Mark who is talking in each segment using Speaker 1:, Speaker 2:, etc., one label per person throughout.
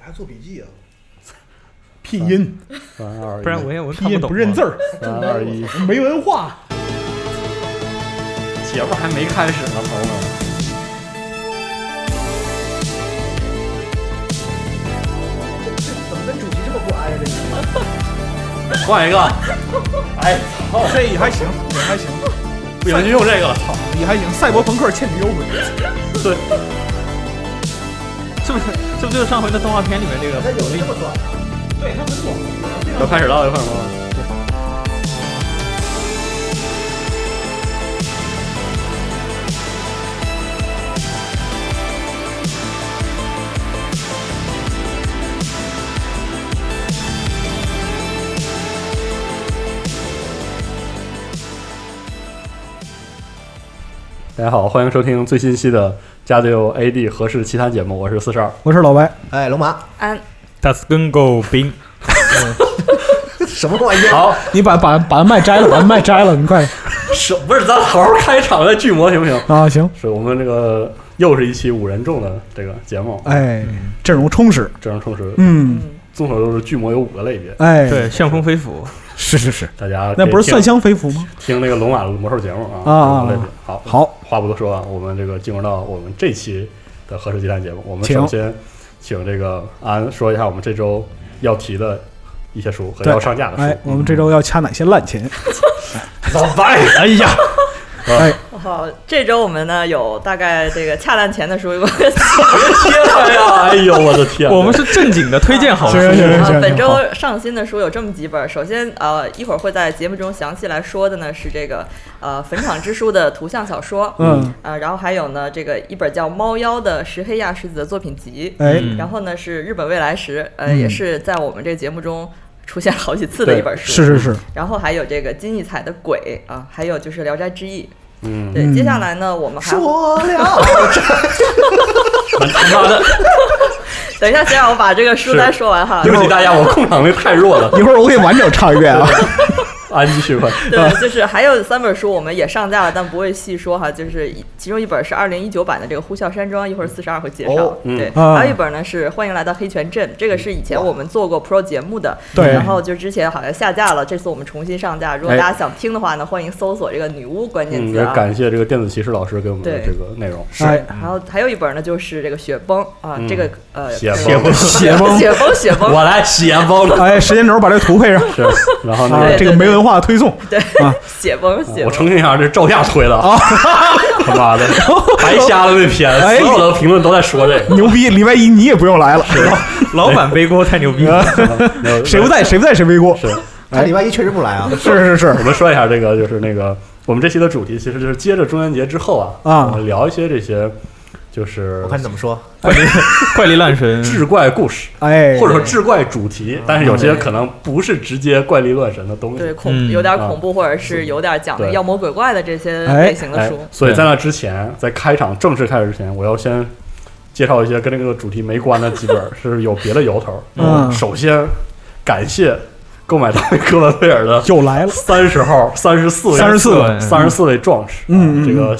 Speaker 1: 还做笔记啊？
Speaker 2: 拼音，
Speaker 3: 三二一，
Speaker 4: 不然我也我看
Speaker 2: 拼音
Speaker 4: 懂
Speaker 2: 不
Speaker 4: 啊
Speaker 2: 认字儿，
Speaker 3: 三 二一，
Speaker 2: 没文化。
Speaker 4: 节目还没开始呢，朋友们。
Speaker 1: 这这怎么跟主题这么不挨着？
Speaker 4: 换一个，哎，
Speaker 2: 这也还行，也还行，
Speaker 4: 不行就用这个了，操！
Speaker 2: 也还行。赛博朋克《倩女幽魂》
Speaker 4: 对，是不是？是不是就是上回的动画片里面这个？
Speaker 1: 它有的这么短啊？对，它很短。
Speaker 4: 要开始了，要开始了。
Speaker 3: 大家好，欢迎收听最新一期的《加里有 AD 合适其他节目》，我是四十二。
Speaker 2: 我是老白，
Speaker 1: 哎，龙马，
Speaker 5: 安，
Speaker 4: Das g u n g o 冰，
Speaker 1: 什么玩意儿？
Speaker 3: 好，
Speaker 2: 你把把把麦摘了，把麦摘了，你快
Speaker 3: 是不是咱好好开场再巨魔行不行？
Speaker 2: 啊！行，
Speaker 3: 是我们这个又是一期五人众的这个节目，
Speaker 2: 哎，阵容充实，
Speaker 3: 阵容充实，
Speaker 2: 嗯，
Speaker 3: 众所周知，巨魔有五个类别，
Speaker 2: 哎，
Speaker 4: 对，，旋风飞斧，
Speaker 2: 是是是，
Speaker 3: 大家可
Speaker 2: 那
Speaker 3: 以
Speaker 2: 不是
Speaker 3: 听
Speaker 2: 算香飞福吗？
Speaker 3: 听那个龙马的魔兽节目啊？
Speaker 2: 啊啊啊
Speaker 3: 五个类别。好，
Speaker 2: 好，
Speaker 3: 话不多说啊，我们这个进入到我们这期的合适鸡蛋节目，我们
Speaker 2: 请
Speaker 3: 首先请这个安说一下我们这周要提的一些书和要
Speaker 2: 对
Speaker 3: 上架的书。
Speaker 2: 哎，我们这周要掐哪些烂琴？
Speaker 3: 老白，哎呀，
Speaker 5: 好，这周我们呢有大概这个恰当前的书， 我
Speaker 3: 天呀，哎呦，我的天！
Speaker 4: 我们是正经的推荐好书
Speaker 2: 行，行行
Speaker 5: 呃
Speaker 2: 行，
Speaker 5: 本周上新的书有这么几本。首先，呃，一会儿会在节目中详细来说的呢是这个呃《坟场之书》的图像小说，
Speaker 2: 嗯，
Speaker 5: 呃，然后还有呢这个一本叫《猫妖》的石黑亚石子的作品集，
Speaker 2: 哎，
Speaker 4: 嗯
Speaker 5: 然后呢是日本未来石，呃，
Speaker 2: 嗯
Speaker 5: 也是在我们这节目中出现了好几次的一本书。
Speaker 2: 嗯是是是，
Speaker 5: 然后还有这个金一彩的鬼啊，还有就是《聊斋志异》。
Speaker 3: 嗯，
Speaker 5: 对，
Speaker 2: 嗯
Speaker 5: 接下来呢，我们还会
Speaker 1: 说了，
Speaker 3: 他妈的，
Speaker 5: 等一下，先让我把这个书单说完哈
Speaker 3: 对。不起大家，我控场力太弱 了。
Speaker 2: 一会儿我给你完整唱一遍啊。
Speaker 3: 安继续吧。
Speaker 5: 对，就是还有三本书我们也上架了，但不会细说哈。就是一其中一本是二零一九版的这个《呼啸山庄》，一会儿四十二会介绍。
Speaker 3: 嗯
Speaker 5: 对，
Speaker 2: 啊
Speaker 5: 还有一本呢是《欢迎来到黑泉镇》，这个是以前我们做过 Pro 节目的，
Speaker 2: 对
Speaker 5: 然后就之前好像下架了，这次我们重新上架。如果
Speaker 3: 嗯哎
Speaker 5: 大家想听的话呢，欢迎搜索这个“女巫”关键
Speaker 3: 嗯，
Speaker 5: 词
Speaker 3: 也
Speaker 5: 啊。
Speaker 3: 感谢这个电子骑士老师给我们的
Speaker 5: 对
Speaker 3: 这个内容。
Speaker 2: 哎，
Speaker 5: 然后还有一本呢，就是这个雪崩啊
Speaker 3: 嗯，
Speaker 5: 这个呃，
Speaker 3: 写
Speaker 5: 这个
Speaker 3: 崩，
Speaker 2: 写崩，
Speaker 5: 雪崩，雪崩，
Speaker 3: 我来写崩了。
Speaker 2: 哎，时间轴把这个图配 上
Speaker 3: 是，然后那
Speaker 2: 啊，
Speaker 3: 个
Speaker 5: 对
Speaker 2: 这个没文化的推 送，
Speaker 5: 对
Speaker 2: 啊，
Speaker 5: 雪崩，雪
Speaker 3: 我
Speaker 5: 崩。
Speaker 3: 澄清一下，这是照相推的
Speaker 2: 哦
Speaker 3: 啊！ 他妈的，白瞎了那篇，
Speaker 2: 哎
Speaker 3: 所有的评论都在说这个。
Speaker 2: 牛逼！礼拜一你也不用来了， 啊
Speaker 4: 老板背锅太牛逼了。
Speaker 3: 没有
Speaker 2: 谁不在谁不在谁背锅，
Speaker 3: 是，
Speaker 1: 他礼拜一确实不来啊。
Speaker 2: 是是是
Speaker 3: 我们说一下这个，就是那个我们这期的主题，其实就是接着中元节之后啊，
Speaker 2: 啊
Speaker 3: 我们聊一些这些就是
Speaker 1: 我看你嗯怎么说，
Speaker 4: 怪 力怪力乱神，
Speaker 3: 志怪故事，
Speaker 2: 哎，
Speaker 3: 或者说志怪主
Speaker 1: 嗯
Speaker 3: 题，但是有
Speaker 2: 嗯
Speaker 3: 些可能不是直接怪力乱神的东
Speaker 5: 对
Speaker 3: 西。
Speaker 5: 恐
Speaker 4: 嗯
Speaker 5: 有点
Speaker 3: 啊
Speaker 5: 恐怖，或者是有点讲的
Speaker 3: 对
Speaker 5: 妖魔鬼怪的这些
Speaker 2: 哎
Speaker 5: 类型的
Speaker 3: 哎
Speaker 5: 书。，
Speaker 3: 所以在那之前，在开场正式开始之前，我要先介绍一些跟这个主题没关的几本 是有别的由头。
Speaker 2: 嗯
Speaker 3: 首先感谢购买到哥本贝尔的
Speaker 2: 又来了，
Speaker 3: 三十号、三十四、
Speaker 4: 34位
Speaker 3: 三十四位壮士，
Speaker 2: 嗯
Speaker 3: 啊
Speaker 2: 嗯嗯嗯
Speaker 3: 这个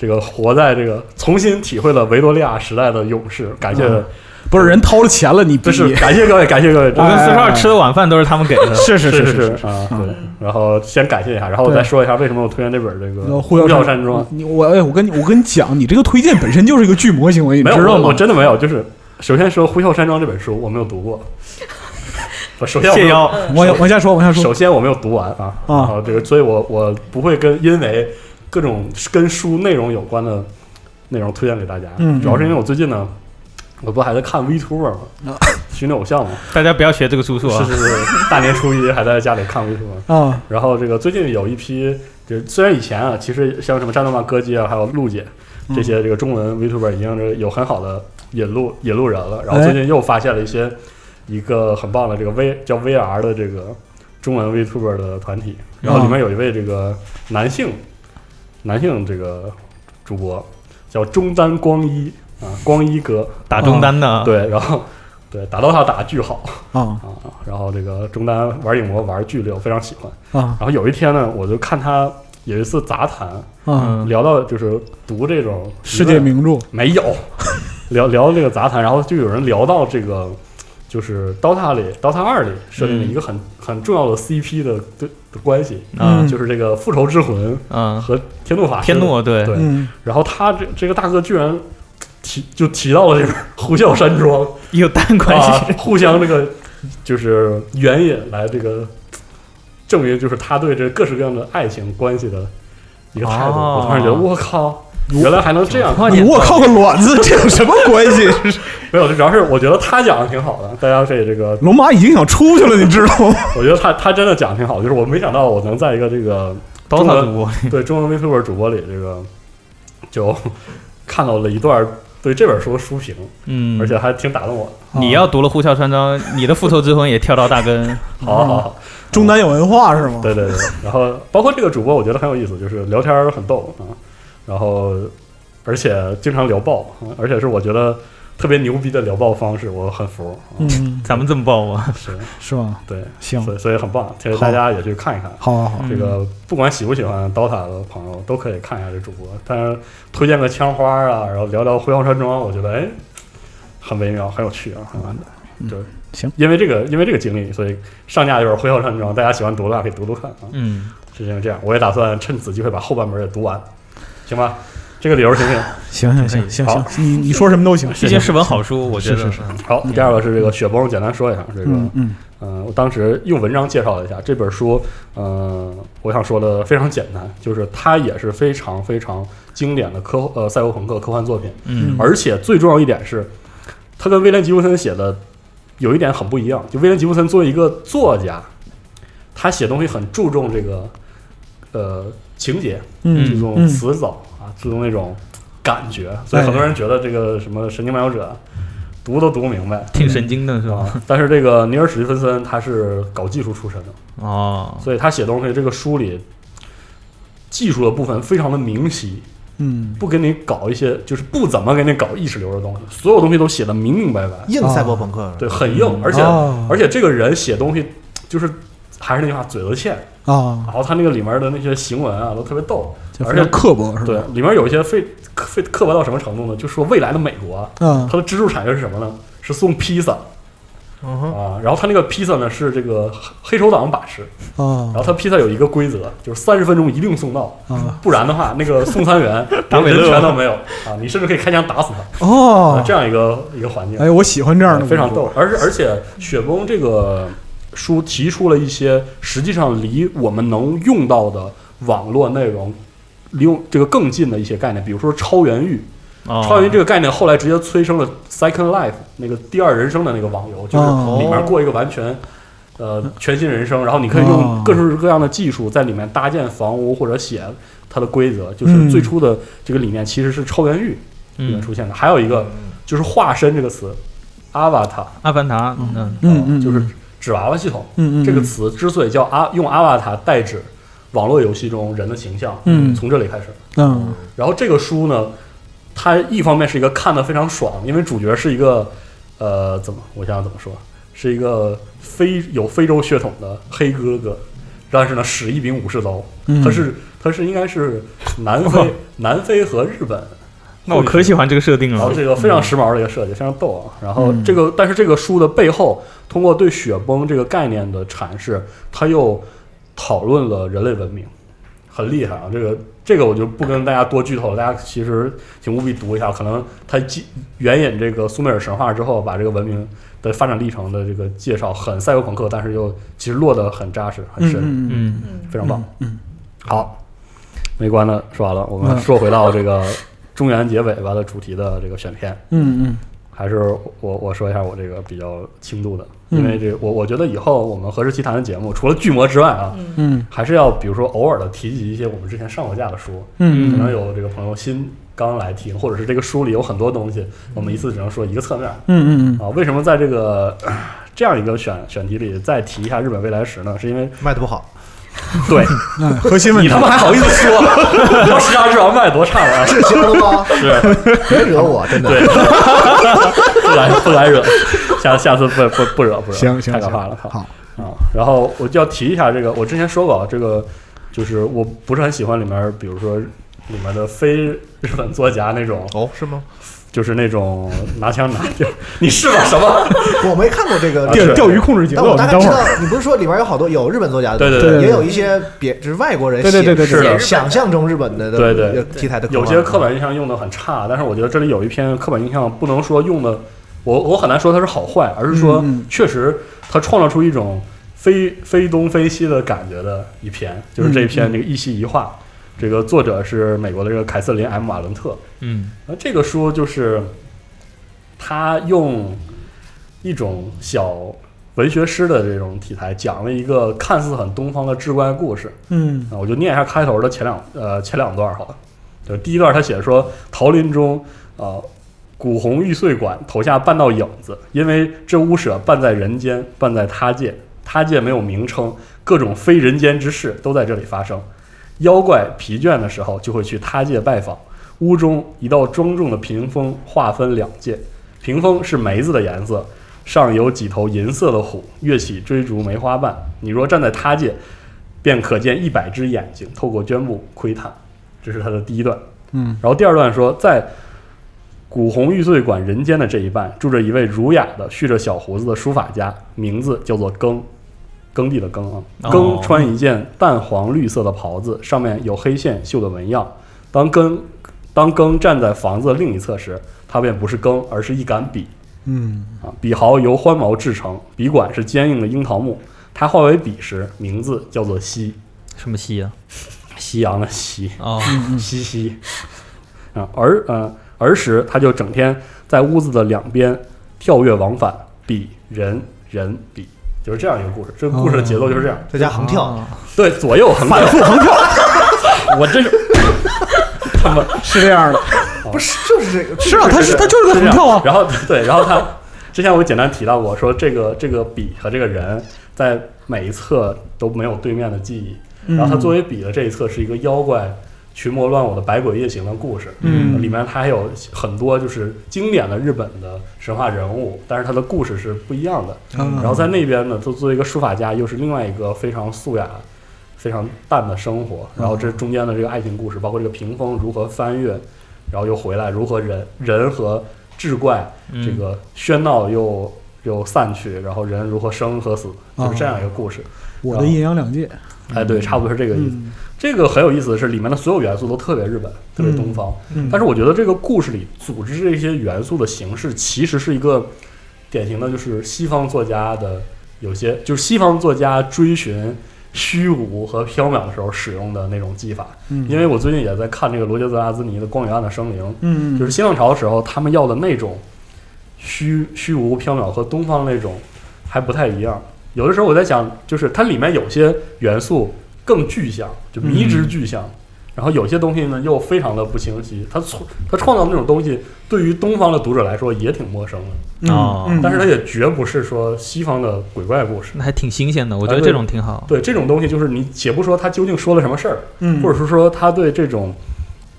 Speaker 3: 这个活在这个重新体会了维多利亚时代的勇士，感谢，
Speaker 2: 嗯不是人掏了钱了，你逼
Speaker 3: 真是感谢各 位，感谢各位，
Speaker 4: 我
Speaker 3: 真
Speaker 4: 跟
Speaker 3: 的
Speaker 4: 四十二吃的晚饭都是他们给的。
Speaker 2: 啊是是
Speaker 3: 是
Speaker 2: 是是
Speaker 3: 是啊，
Speaker 2: 嗯
Speaker 3: 对。然后先感谢一下，然后我再
Speaker 2: 对
Speaker 3: 说一下为什么我推荐这本这个
Speaker 2: 呃
Speaker 3: 《
Speaker 2: 呼
Speaker 3: 啸
Speaker 2: 啸
Speaker 3: 山庄》。
Speaker 2: 你我哎，我跟你我跟你讲，你这个推荐本身就是一个巨魔行为，你
Speaker 3: 没有，
Speaker 2: 知道
Speaker 3: 我我
Speaker 2: 吗？
Speaker 3: 真的没有。就是首先说《呼啸山庄》这本书我没有读过， 不，首先我没
Speaker 4: 谢
Speaker 3: 有，
Speaker 4: 邀，
Speaker 2: 往下往下说，往下 说
Speaker 3: 首，先我没有读完啊，
Speaker 2: 啊
Speaker 3: 然后这个，所以我我不会跟因为各种跟书内容有关的内容推荐给大家，
Speaker 2: 嗯
Speaker 3: 主要是因为我最近呢，我不还在看 Vtuber 吗
Speaker 2: 啊？
Speaker 3: 寻找偶像嘛，
Speaker 4: 大家不要学这个叔叔啊
Speaker 3: 是！是是，大年初一还在家里看 Vtuber。
Speaker 2: 啊，
Speaker 3: 然后这个最近有一批，就是虽然以前啊，其实像什么战斗漫歌姬啊，还有陆姐
Speaker 4: 嗯
Speaker 3: 这些这个中文 Vtuber 已经是有很好的引路引路人
Speaker 4: 哎
Speaker 3: 了。然后最近又发现了一些一个很棒的这个 V 叫 VR 的这个中文 Vtuber 的团体，
Speaker 4: 嗯
Speaker 3: 然后里面有一位这个男性男性这个主播叫中丹光一啊，光一哥啊
Speaker 4: 打中单的，，
Speaker 3: 对，然后对打 DOTA 打得巨好
Speaker 2: 啊
Speaker 3: 啊，然后这个中丹玩影魔玩得巨溜，非常喜欢。
Speaker 2: 啊
Speaker 3: 然后有一天呢，我就看他有一次杂谈，
Speaker 2: 啊！
Speaker 4: 嗯，
Speaker 3: 聊到就是读这种
Speaker 2: 世界名著
Speaker 3: 没有，聊聊这个杂谈，然后就有人聊到这个就是《DOTA》里，《DOTA 二》里设定了一个很、很重要的 CP 的的的关系，
Speaker 4: 啊
Speaker 2: 嗯
Speaker 3: 就是这个复仇之魂
Speaker 4: 啊，
Speaker 3: 和天怒法师。
Speaker 4: 天怒啊对
Speaker 3: 对
Speaker 2: 嗯，
Speaker 3: 然后他这这个大哥居然提就提到了这个呼啸山庄
Speaker 4: 有蛋关
Speaker 3: 啊
Speaker 4: 系，，
Speaker 3: 互相这个就是援引来这个证明，就是他对这各式各样的爱情关系的一个态度。
Speaker 4: 哦
Speaker 3: 我当时觉得我靠，原来还能这样。
Speaker 4: 哇
Speaker 2: 你
Speaker 4: 你
Speaker 2: 哎我靠个卵子，这有什么关系？
Speaker 3: 没有，主要是我觉得他讲的挺好的，大家可以这个，
Speaker 2: 龙妈已经想出去了，你知道吗？
Speaker 3: 我觉得他他真的讲得挺好，就是我没想到我能在一个这个中
Speaker 4: ，DOTA
Speaker 3: 文
Speaker 4: 主播，
Speaker 3: 对中文 VTuber 主播里这个就看到了一段对这本书的书评，
Speaker 4: 嗯，
Speaker 3: 而且啊还挺打动我的。
Speaker 4: 你要读了《呼啸山庄》，你的复仇之魂也跳到大根，
Speaker 3: 好好好。
Speaker 2: 中南有文化是吗？
Speaker 3: 对对对，然后包括这个主播，我觉得很有意思，就是聊天儿很逗啊，然后而且经常聊爆，啊而且是我觉得特别牛逼的聊爆方式，我很服。啊
Speaker 2: 嗯，
Speaker 4: 咱们这么报吗？
Speaker 3: 是，
Speaker 2: 是吗？
Speaker 3: 对，
Speaker 2: 行嗯
Speaker 3: 所以所以很棒，其实大家也去看一看。
Speaker 2: 好好好，
Speaker 3: 这个不管喜不喜欢 DOTA 的朋友，都可以看一下这主播。但是推荐个枪花啊，然后聊聊《辉煌山庄》，我觉得哎，很微妙，很有趣啊，很难的。对，
Speaker 2: 嗯行，
Speaker 3: 因为这个，因为这个经历，所以上架一本《辉煌山庄》，大家喜欢读的话可以读读看啊。
Speaker 4: 嗯，
Speaker 3: 是因为这样，我也打算趁此机会把后半本也读完，行吧？这个理由行不行？
Speaker 2: 行行行行
Speaker 3: 好
Speaker 2: 行，你你说什么都行。
Speaker 4: 毕竟是本好书，我觉得
Speaker 2: 是是
Speaker 3: 好，第二个是这个雪崩，简单说一下这个，
Speaker 2: 嗯嗯
Speaker 3: 嗯，我当时用文章介绍了一下这本书，嗯，我想说的非常简单，就是它也是非常非常经典的科呃赛博朋克科幻作品，
Speaker 4: 嗯
Speaker 3: 而且最重要一点是，它跟威廉吉布森写的有一点很不一样，就威廉吉布森作为一个作家，他写东西很注重这个呃情节，这
Speaker 2: 嗯
Speaker 3: 种
Speaker 2: 嗯
Speaker 3: 词藻啊，这种那种感觉，所以很
Speaker 2: 哎
Speaker 3: 多人觉得这个什么《神经漫游者》读都读不明白，
Speaker 4: 挺神经的是
Speaker 3: 是
Speaker 4: 吧？
Speaker 3: 吧？但是这个尼尔史蒂芬森他是搞技术出身的，
Speaker 4: 哦，
Speaker 3: 所以他写东西这个书里技术的部分非常的明晰，
Speaker 2: 嗯，
Speaker 3: 不给你搞一些就是不怎么给你搞意识流的东西，所有东西都写的明明白白，
Speaker 1: 硬赛博朋克，
Speaker 3: 对，很硬，而且
Speaker 2: 哦
Speaker 3: 而且这个人写东西就是还是那句话，嘴子欠，
Speaker 2: 啊，
Speaker 3: 然后他那个里面的那些行文啊都特别逗，
Speaker 2: 就
Speaker 3: 而
Speaker 2: 非常
Speaker 3: 且
Speaker 2: 刻薄是
Speaker 3: 对
Speaker 2: 吧？，啊
Speaker 3: 里面有一些非刻非刻薄到什么程度呢？就说未来的美国啊，
Speaker 2: 嗯
Speaker 3: 它的支柱产业是什么呢？是送披萨
Speaker 1: 嗯哼，
Speaker 3: 啊，然后它那个披萨呢是这个黑黑手党把持，然后
Speaker 2: 啊
Speaker 3: 它披萨有一个规则，就是三十分钟一定送到，
Speaker 2: 啊
Speaker 3: 不然的话那个送餐员
Speaker 4: 达
Speaker 3: 连
Speaker 4: 美
Speaker 3: 人
Speaker 4: 乐
Speaker 3: 权都没有啊，你甚至可以开枪打死他啊，
Speaker 2: 哦
Speaker 3: 这，样一个一个环境，
Speaker 2: 哎，我喜欢这样的，
Speaker 3: 呃非常。逗。而且而且雪崩这个书提出了一些实际上离我们能用到的网络内容。离用这个更近的一些概念，比如说超元域，
Speaker 4: 哦
Speaker 3: 超元这个概念后来直接催生了 Second Life 那个第二人生的那个网游，就是
Speaker 2: 哦嗯
Speaker 3: 里面过一个完全呃全新人生，然后你可以用
Speaker 2: 哦
Speaker 3: 各式各样的技术在里面搭建房屋或者写它的规则，就是
Speaker 2: 嗯
Speaker 3: 最初的这个理念其实是超元域里面
Speaker 4: 嗯，
Speaker 3: 出现的。还有一个就是化身这个词，Avatar，
Speaker 4: 阿凡达，嗯
Speaker 2: 嗯嗯，
Speaker 3: 就是纸娃娃系统
Speaker 2: 嗯嗯
Speaker 3: 这个词之所以叫阿用 Avatar 代指网络游戏中人的形象，
Speaker 2: 嗯
Speaker 3: 从这里开始。
Speaker 2: 嗯
Speaker 3: 然后这个书呢，它一方面是一个看得非常爽，因为主角是一个呃，怎么我想想怎么说，是一个非有非洲血统的黑哥哥，但是呢使一柄武士刀，
Speaker 2: 嗯哦
Speaker 3: 他是他是应该是南非、南非和日本。
Speaker 4: 那我可喜欢这个设定
Speaker 2: 嗯
Speaker 3: 然后
Speaker 4: 了，
Speaker 3: 这个非常时髦的一个设计，非常逗啊。然后这个，但是这个书的背后，通过对雪崩这个概念的阐释，它又讨论了人类文明，很厉害啊。这个这个我就不跟大家多剧透了，大家其实请务必读一下。可能它 基援引这个苏美尔神话之后，把这个文明的发展历程的这个介绍很赛博朋克，但是又其实落得很扎实，很深，
Speaker 2: 嗯嗯
Speaker 4: 嗯，
Speaker 5: 嗯，
Speaker 3: 非常棒。
Speaker 2: 嗯，
Speaker 3: 好，没关的说完了，我们
Speaker 2: 嗯
Speaker 3: 说回到这个中原结尾巴的主题的这个选片。
Speaker 2: 嗯嗯
Speaker 3: 还是我我说一下我这个比较轻度的，
Speaker 2: 嗯
Speaker 3: 因为这我我觉得以后我们和氏奇谈的节目，除了巨魔之外啊，
Speaker 2: 嗯
Speaker 3: 还是要比如说偶尔的提及一些我们之前上过架的书，可能
Speaker 2: 嗯
Speaker 3: 有这个朋友新刚来听，或者是这个书里有很多东西，我们一次只能说一个侧面
Speaker 2: 嗯嗯
Speaker 3: 啊。为什么在这个呃这样一个选选题里再提一下日本未来史呢？是 因为
Speaker 1: 卖的不好，
Speaker 3: 对
Speaker 2: 嗯，核心问
Speaker 3: 你
Speaker 2: 题
Speaker 3: 他妈还好意思说， 你知道十大之王卖得多差啊吗？
Speaker 1: 这行了 吗？
Speaker 3: 是
Speaker 1: 别惹我，真的。
Speaker 3: 对， 不敢不敢惹，下下次不不不惹不惹，
Speaker 2: 行行
Speaker 3: 太可
Speaker 2: 行
Speaker 3: 怕了，好。
Speaker 2: 好，
Speaker 3: 啊，然后我就要提一下这个，我之前说过啊，这个就是我不是很喜欢里面，比如说里面的非日本作家那种
Speaker 1: 哦，是吗？
Speaker 3: 就是那种拿枪拿着，你是吧？什么？
Speaker 1: 我没看过这个
Speaker 3: 啊
Speaker 2: 钓
Speaker 3: 是
Speaker 2: 钓鱼控制节
Speaker 1: 但我
Speaker 2: 奏，
Speaker 1: 大
Speaker 2: 你
Speaker 1: 概
Speaker 2: 等
Speaker 1: 知
Speaker 2: 会
Speaker 1: 道
Speaker 2: 儿。，
Speaker 1: 你不是说里面有好多有日本作家的，
Speaker 3: 对对
Speaker 2: 对对对
Speaker 1: 也有一些别就是外国人
Speaker 2: 对对对对
Speaker 1: 写
Speaker 3: 是的
Speaker 1: 写想象中日本的的
Speaker 3: 对对
Speaker 1: 有题材的啊
Speaker 3: 有
Speaker 1: 漫
Speaker 3: 些刻板印象用的很差，但是我觉得这里有一篇刻板印象不能说用的，我我很难说它是好坏，而是说
Speaker 2: 嗯嗯
Speaker 3: 确实它创造出一种非非东非西的感觉的一篇，就是这一篇
Speaker 2: 嗯嗯
Speaker 3: 这个一西一画，这个作者是美国的这个凯瑟琳 ·M· 瓦伦特，
Speaker 4: 嗯，
Speaker 3: 那这个书就是他用一种小文学诗的这种题材，讲了一个看似很东方的志怪故事。
Speaker 2: 嗯
Speaker 3: 啊，我就念一下开头的前两呃前两段好了。就是第一段，他写说桃林中啊、呃古红玉碎馆投下半道影子，因为这屋舍半在人间，半在他界。他界没有名称，各种非人间之事都在这里发生。妖怪疲倦的时候，就会去他界拜访。屋中一道庄重的屏风划分两界，屏风是梅子的颜色，上有几头银色的虎，跃起追逐梅花瓣。你若站在他界，便可见一百只眼睛透过绢布窥探。这是他的第一段。
Speaker 2: 嗯，
Speaker 3: 然后第二段说，在古红玉碎馆人间的这一半，住着一位儒雅的、蓄着小胡子的书法家，名字叫做耕，耕地的耕啊。
Speaker 4: 哦
Speaker 3: 耕穿一件淡黄绿色的袍子，上面有黑线绣的纹样。当耕当耕站在房子的另一侧时，他便不是耕，而是一杆笔。
Speaker 2: 嗯
Speaker 3: 啊，笔毫由欢毛制成，笔管是坚硬的樱桃木。它化为笔时，名字叫做夕，
Speaker 4: 什么戏啊？
Speaker 3: 夕阳的夕，
Speaker 4: 哦，
Speaker 3: 夕夕。啊，儿呃儿时他就整天在屋子的两边跳跃往返，笔人人笔，就是这样一个故事。这个故事的节奏就是这样，
Speaker 1: 在家横跳，
Speaker 3: 对，左右横反复横跳。我真是
Speaker 2: 是这样的，
Speaker 1: 不是就是这个
Speaker 2: 是啊，他是他就是个横跳啊，
Speaker 3: 然后对，然后他之前我简单提到过，说这个这个笔和这个人在每一侧都没有对面的记忆，然
Speaker 2: 嗯
Speaker 3: 后他作为笔的这一侧是一个妖怪群魔乱舞的百鬼夜行的故事，
Speaker 2: 嗯
Speaker 3: 里面它还有很多就是经典的日本的神话人物，但是它的故事是不一样的。
Speaker 2: 嗯
Speaker 3: 然后在那边呢，他作为一个书法家，又是另外一个非常素雅。非常淡的生活，然后这
Speaker 2: 嗯
Speaker 3: 中间的这个爱情故事，包括这个屏风如何翻越，然后又回来，如何人人和志怪
Speaker 4: 嗯
Speaker 3: 这个喧闹又又散去，然后人如何生和死，就是
Speaker 2: 嗯
Speaker 3: 这样一个故事。
Speaker 2: 我的阴阳两界，
Speaker 3: 哎，对，差不多是这个意思。
Speaker 2: 嗯
Speaker 3: 这个很有意思的是，里面的所有元素都特别日本，特别东方。
Speaker 2: 嗯
Speaker 3: 但是我觉得这个故事里组织这些元素的形式，其实是一个典型的，就是西方作家的有些，就是西方作家追寻虚无和缥缈的时候使用的那种技法。
Speaker 2: 嗯
Speaker 3: 因为我最近也在看这个罗杰泽阿兹尼的《光与暗的生灵》，
Speaker 2: 嗯
Speaker 3: 就是新浪潮的时候，他们要的那种虚虚无缥缈和东方那种还不太一样。有的时候我在想，就是它里面有些元素更具象，就迷之具象，然后有些东西呢又非常的不清晰。它创它创造那种东西，对于东方的读者来说也挺陌生的，
Speaker 2: 嗯
Speaker 4: 哦
Speaker 2: 嗯
Speaker 3: 但是它也绝不是说西方的鬼怪故事。
Speaker 4: 那还挺新鲜的，我觉
Speaker 3: 哎
Speaker 4: 得
Speaker 3: 对
Speaker 4: 这种挺好。
Speaker 3: 对这种东西，就是你且不说他究竟说了什么事儿，
Speaker 2: 嗯
Speaker 3: 或者是说他对这种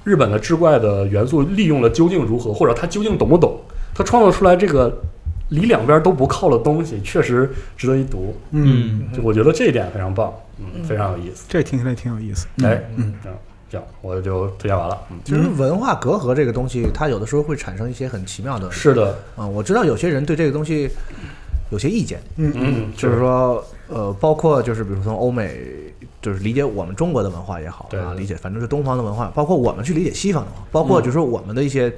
Speaker 3: 日本的志怪的元素利用了究竟如何，或者他究竟懂不懂，他创造出来这个离两边都不靠的东西，确实值得一读。
Speaker 2: 嗯，
Speaker 4: 嗯，
Speaker 3: 就我觉得这一点非常棒，嗯，
Speaker 5: 嗯
Speaker 3: 非常有意思。
Speaker 2: 这听起来挺有意思，
Speaker 3: 哎，
Speaker 1: 嗯
Speaker 3: 这样这样我就推荐完了。嗯，
Speaker 1: 其实文化隔阂这个东西，它有的时候会产生一些很奇妙的
Speaker 3: 是的，
Speaker 1: 啊、我知道有些人对这个东西有些意见，
Speaker 3: 嗯，
Speaker 1: 就是说，呃，包括就是比如说从欧美，就是理解我们中国的文化也好
Speaker 3: 对嗯
Speaker 1: 啊，理解反正是东方的文化，包括我们去理解西方的文化，包括就是说我们的一些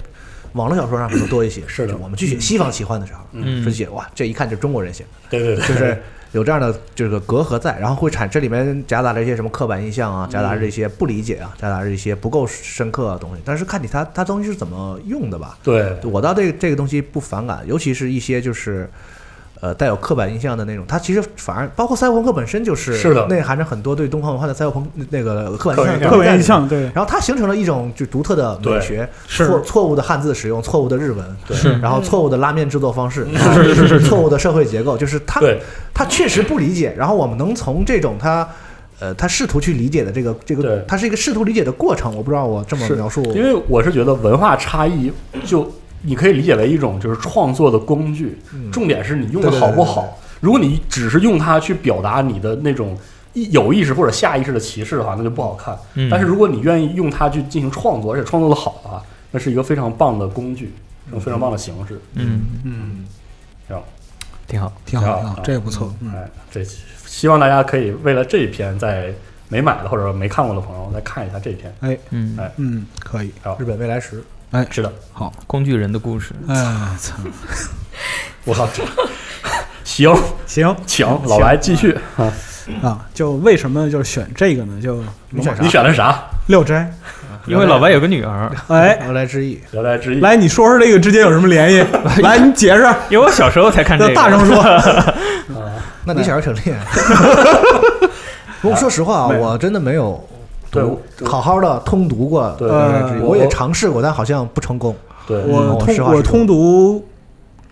Speaker 1: 网络小说上可能多一些，
Speaker 3: 是的
Speaker 1: 就我们去写西方奇幻的时候，
Speaker 4: 嗯
Speaker 1: 是写哇，这一看就是中国人写的，
Speaker 3: 对对对，
Speaker 1: 就是有这样的这个隔阂在，然后会产这里面夹杂着一些什么刻板印象啊，夹杂
Speaker 3: 嗯
Speaker 1: 着一些不理解啊，夹杂着一些不够深刻的东西，但是看你它它东西是怎么用的吧，
Speaker 3: 对
Speaker 1: 我倒对这个东西不反感，尤其是一些就是，呃，带有刻板印象的那种，它其实反而包括赛博朋克本身就是，
Speaker 3: 是的
Speaker 1: 内含着很多对东方文化的赛博朋那个刻
Speaker 3: 刻
Speaker 1: 板
Speaker 3: 板
Speaker 1: 印象
Speaker 3: 印
Speaker 1: 的东
Speaker 3: 象
Speaker 1: 西在
Speaker 2: 刻板
Speaker 1: 里
Speaker 2: 印
Speaker 1: 面。
Speaker 2: 象对，
Speaker 1: 然后它形成了一种就独特的美
Speaker 3: 对
Speaker 1: 学，
Speaker 2: 是
Speaker 1: 错错误的汉字使用，错误的日文，
Speaker 3: 对嗯
Speaker 4: 是
Speaker 1: 然后错误的拉面制作方式，
Speaker 4: 是是是是
Speaker 1: 错误的社会结构，就是它
Speaker 3: 对
Speaker 1: 他确实不理解，然后我们能从这种他，呃，他试图去理解的这个这个
Speaker 3: 对，
Speaker 1: 它是一个试图理解的过程，我不知道我这么
Speaker 3: 是
Speaker 1: 描述，
Speaker 3: 因为我是觉得文化差异就你可以理解为一种就是创作的工具，
Speaker 1: 嗯
Speaker 3: 重点是你用的嗯好不
Speaker 1: 对对对对
Speaker 3: 好。如果你只是用它去表达你的那种意有意识或者下意识的歧视的话，那就不好看。
Speaker 4: 嗯
Speaker 3: 但是如果你愿意用它去进行创作，而且创作的好的话，那是一个非常棒的工具。用非常棒的形式，
Speaker 4: 嗯，
Speaker 2: 嗯，
Speaker 4: 挺好。
Speaker 2: 挺
Speaker 3: 挺
Speaker 2: 好的
Speaker 3: 好，
Speaker 2: 这也不错。嗯
Speaker 3: 哎，这希望大家可以为了这一篇，在没买的或者没看过的朋友再看一下这一篇。
Speaker 4: 嗯，
Speaker 3: 哎
Speaker 2: 嗯，可以。
Speaker 1: 日本未来十，
Speaker 3: 是的，
Speaker 2: 好，
Speaker 4: 工具人的故事，
Speaker 2: 哎，操，
Speaker 3: 我操，这 行，
Speaker 1: 嗯
Speaker 2: 行
Speaker 3: 请老白继续啊，
Speaker 2: 啊，就为什么就选这个呢？就
Speaker 1: 你选啥？
Speaker 3: 你选的是啥？
Speaker 2: 廖斋。
Speaker 4: 因为老白有个女儿，
Speaker 2: 哎，
Speaker 1: 未来之翼，
Speaker 3: 聊斋之意。
Speaker 2: 来，你说说这个之间有什么联系？ 来，你解释，
Speaker 4: 因为我小时候才看这个。
Speaker 2: 大 声说。
Speaker 1: 那你小时候挺 厉害。不过说实话啊，
Speaker 3: 没有
Speaker 1: 我真的没有
Speaker 3: 对
Speaker 1: 读好好的通读过
Speaker 3: 对
Speaker 1: 未来之翼，
Speaker 2: 呃
Speaker 1: 我也尝试过，但好像不成功。
Speaker 3: 对，
Speaker 2: 我
Speaker 1: 嗯
Speaker 2: 通
Speaker 1: 实话实说
Speaker 2: 我通读《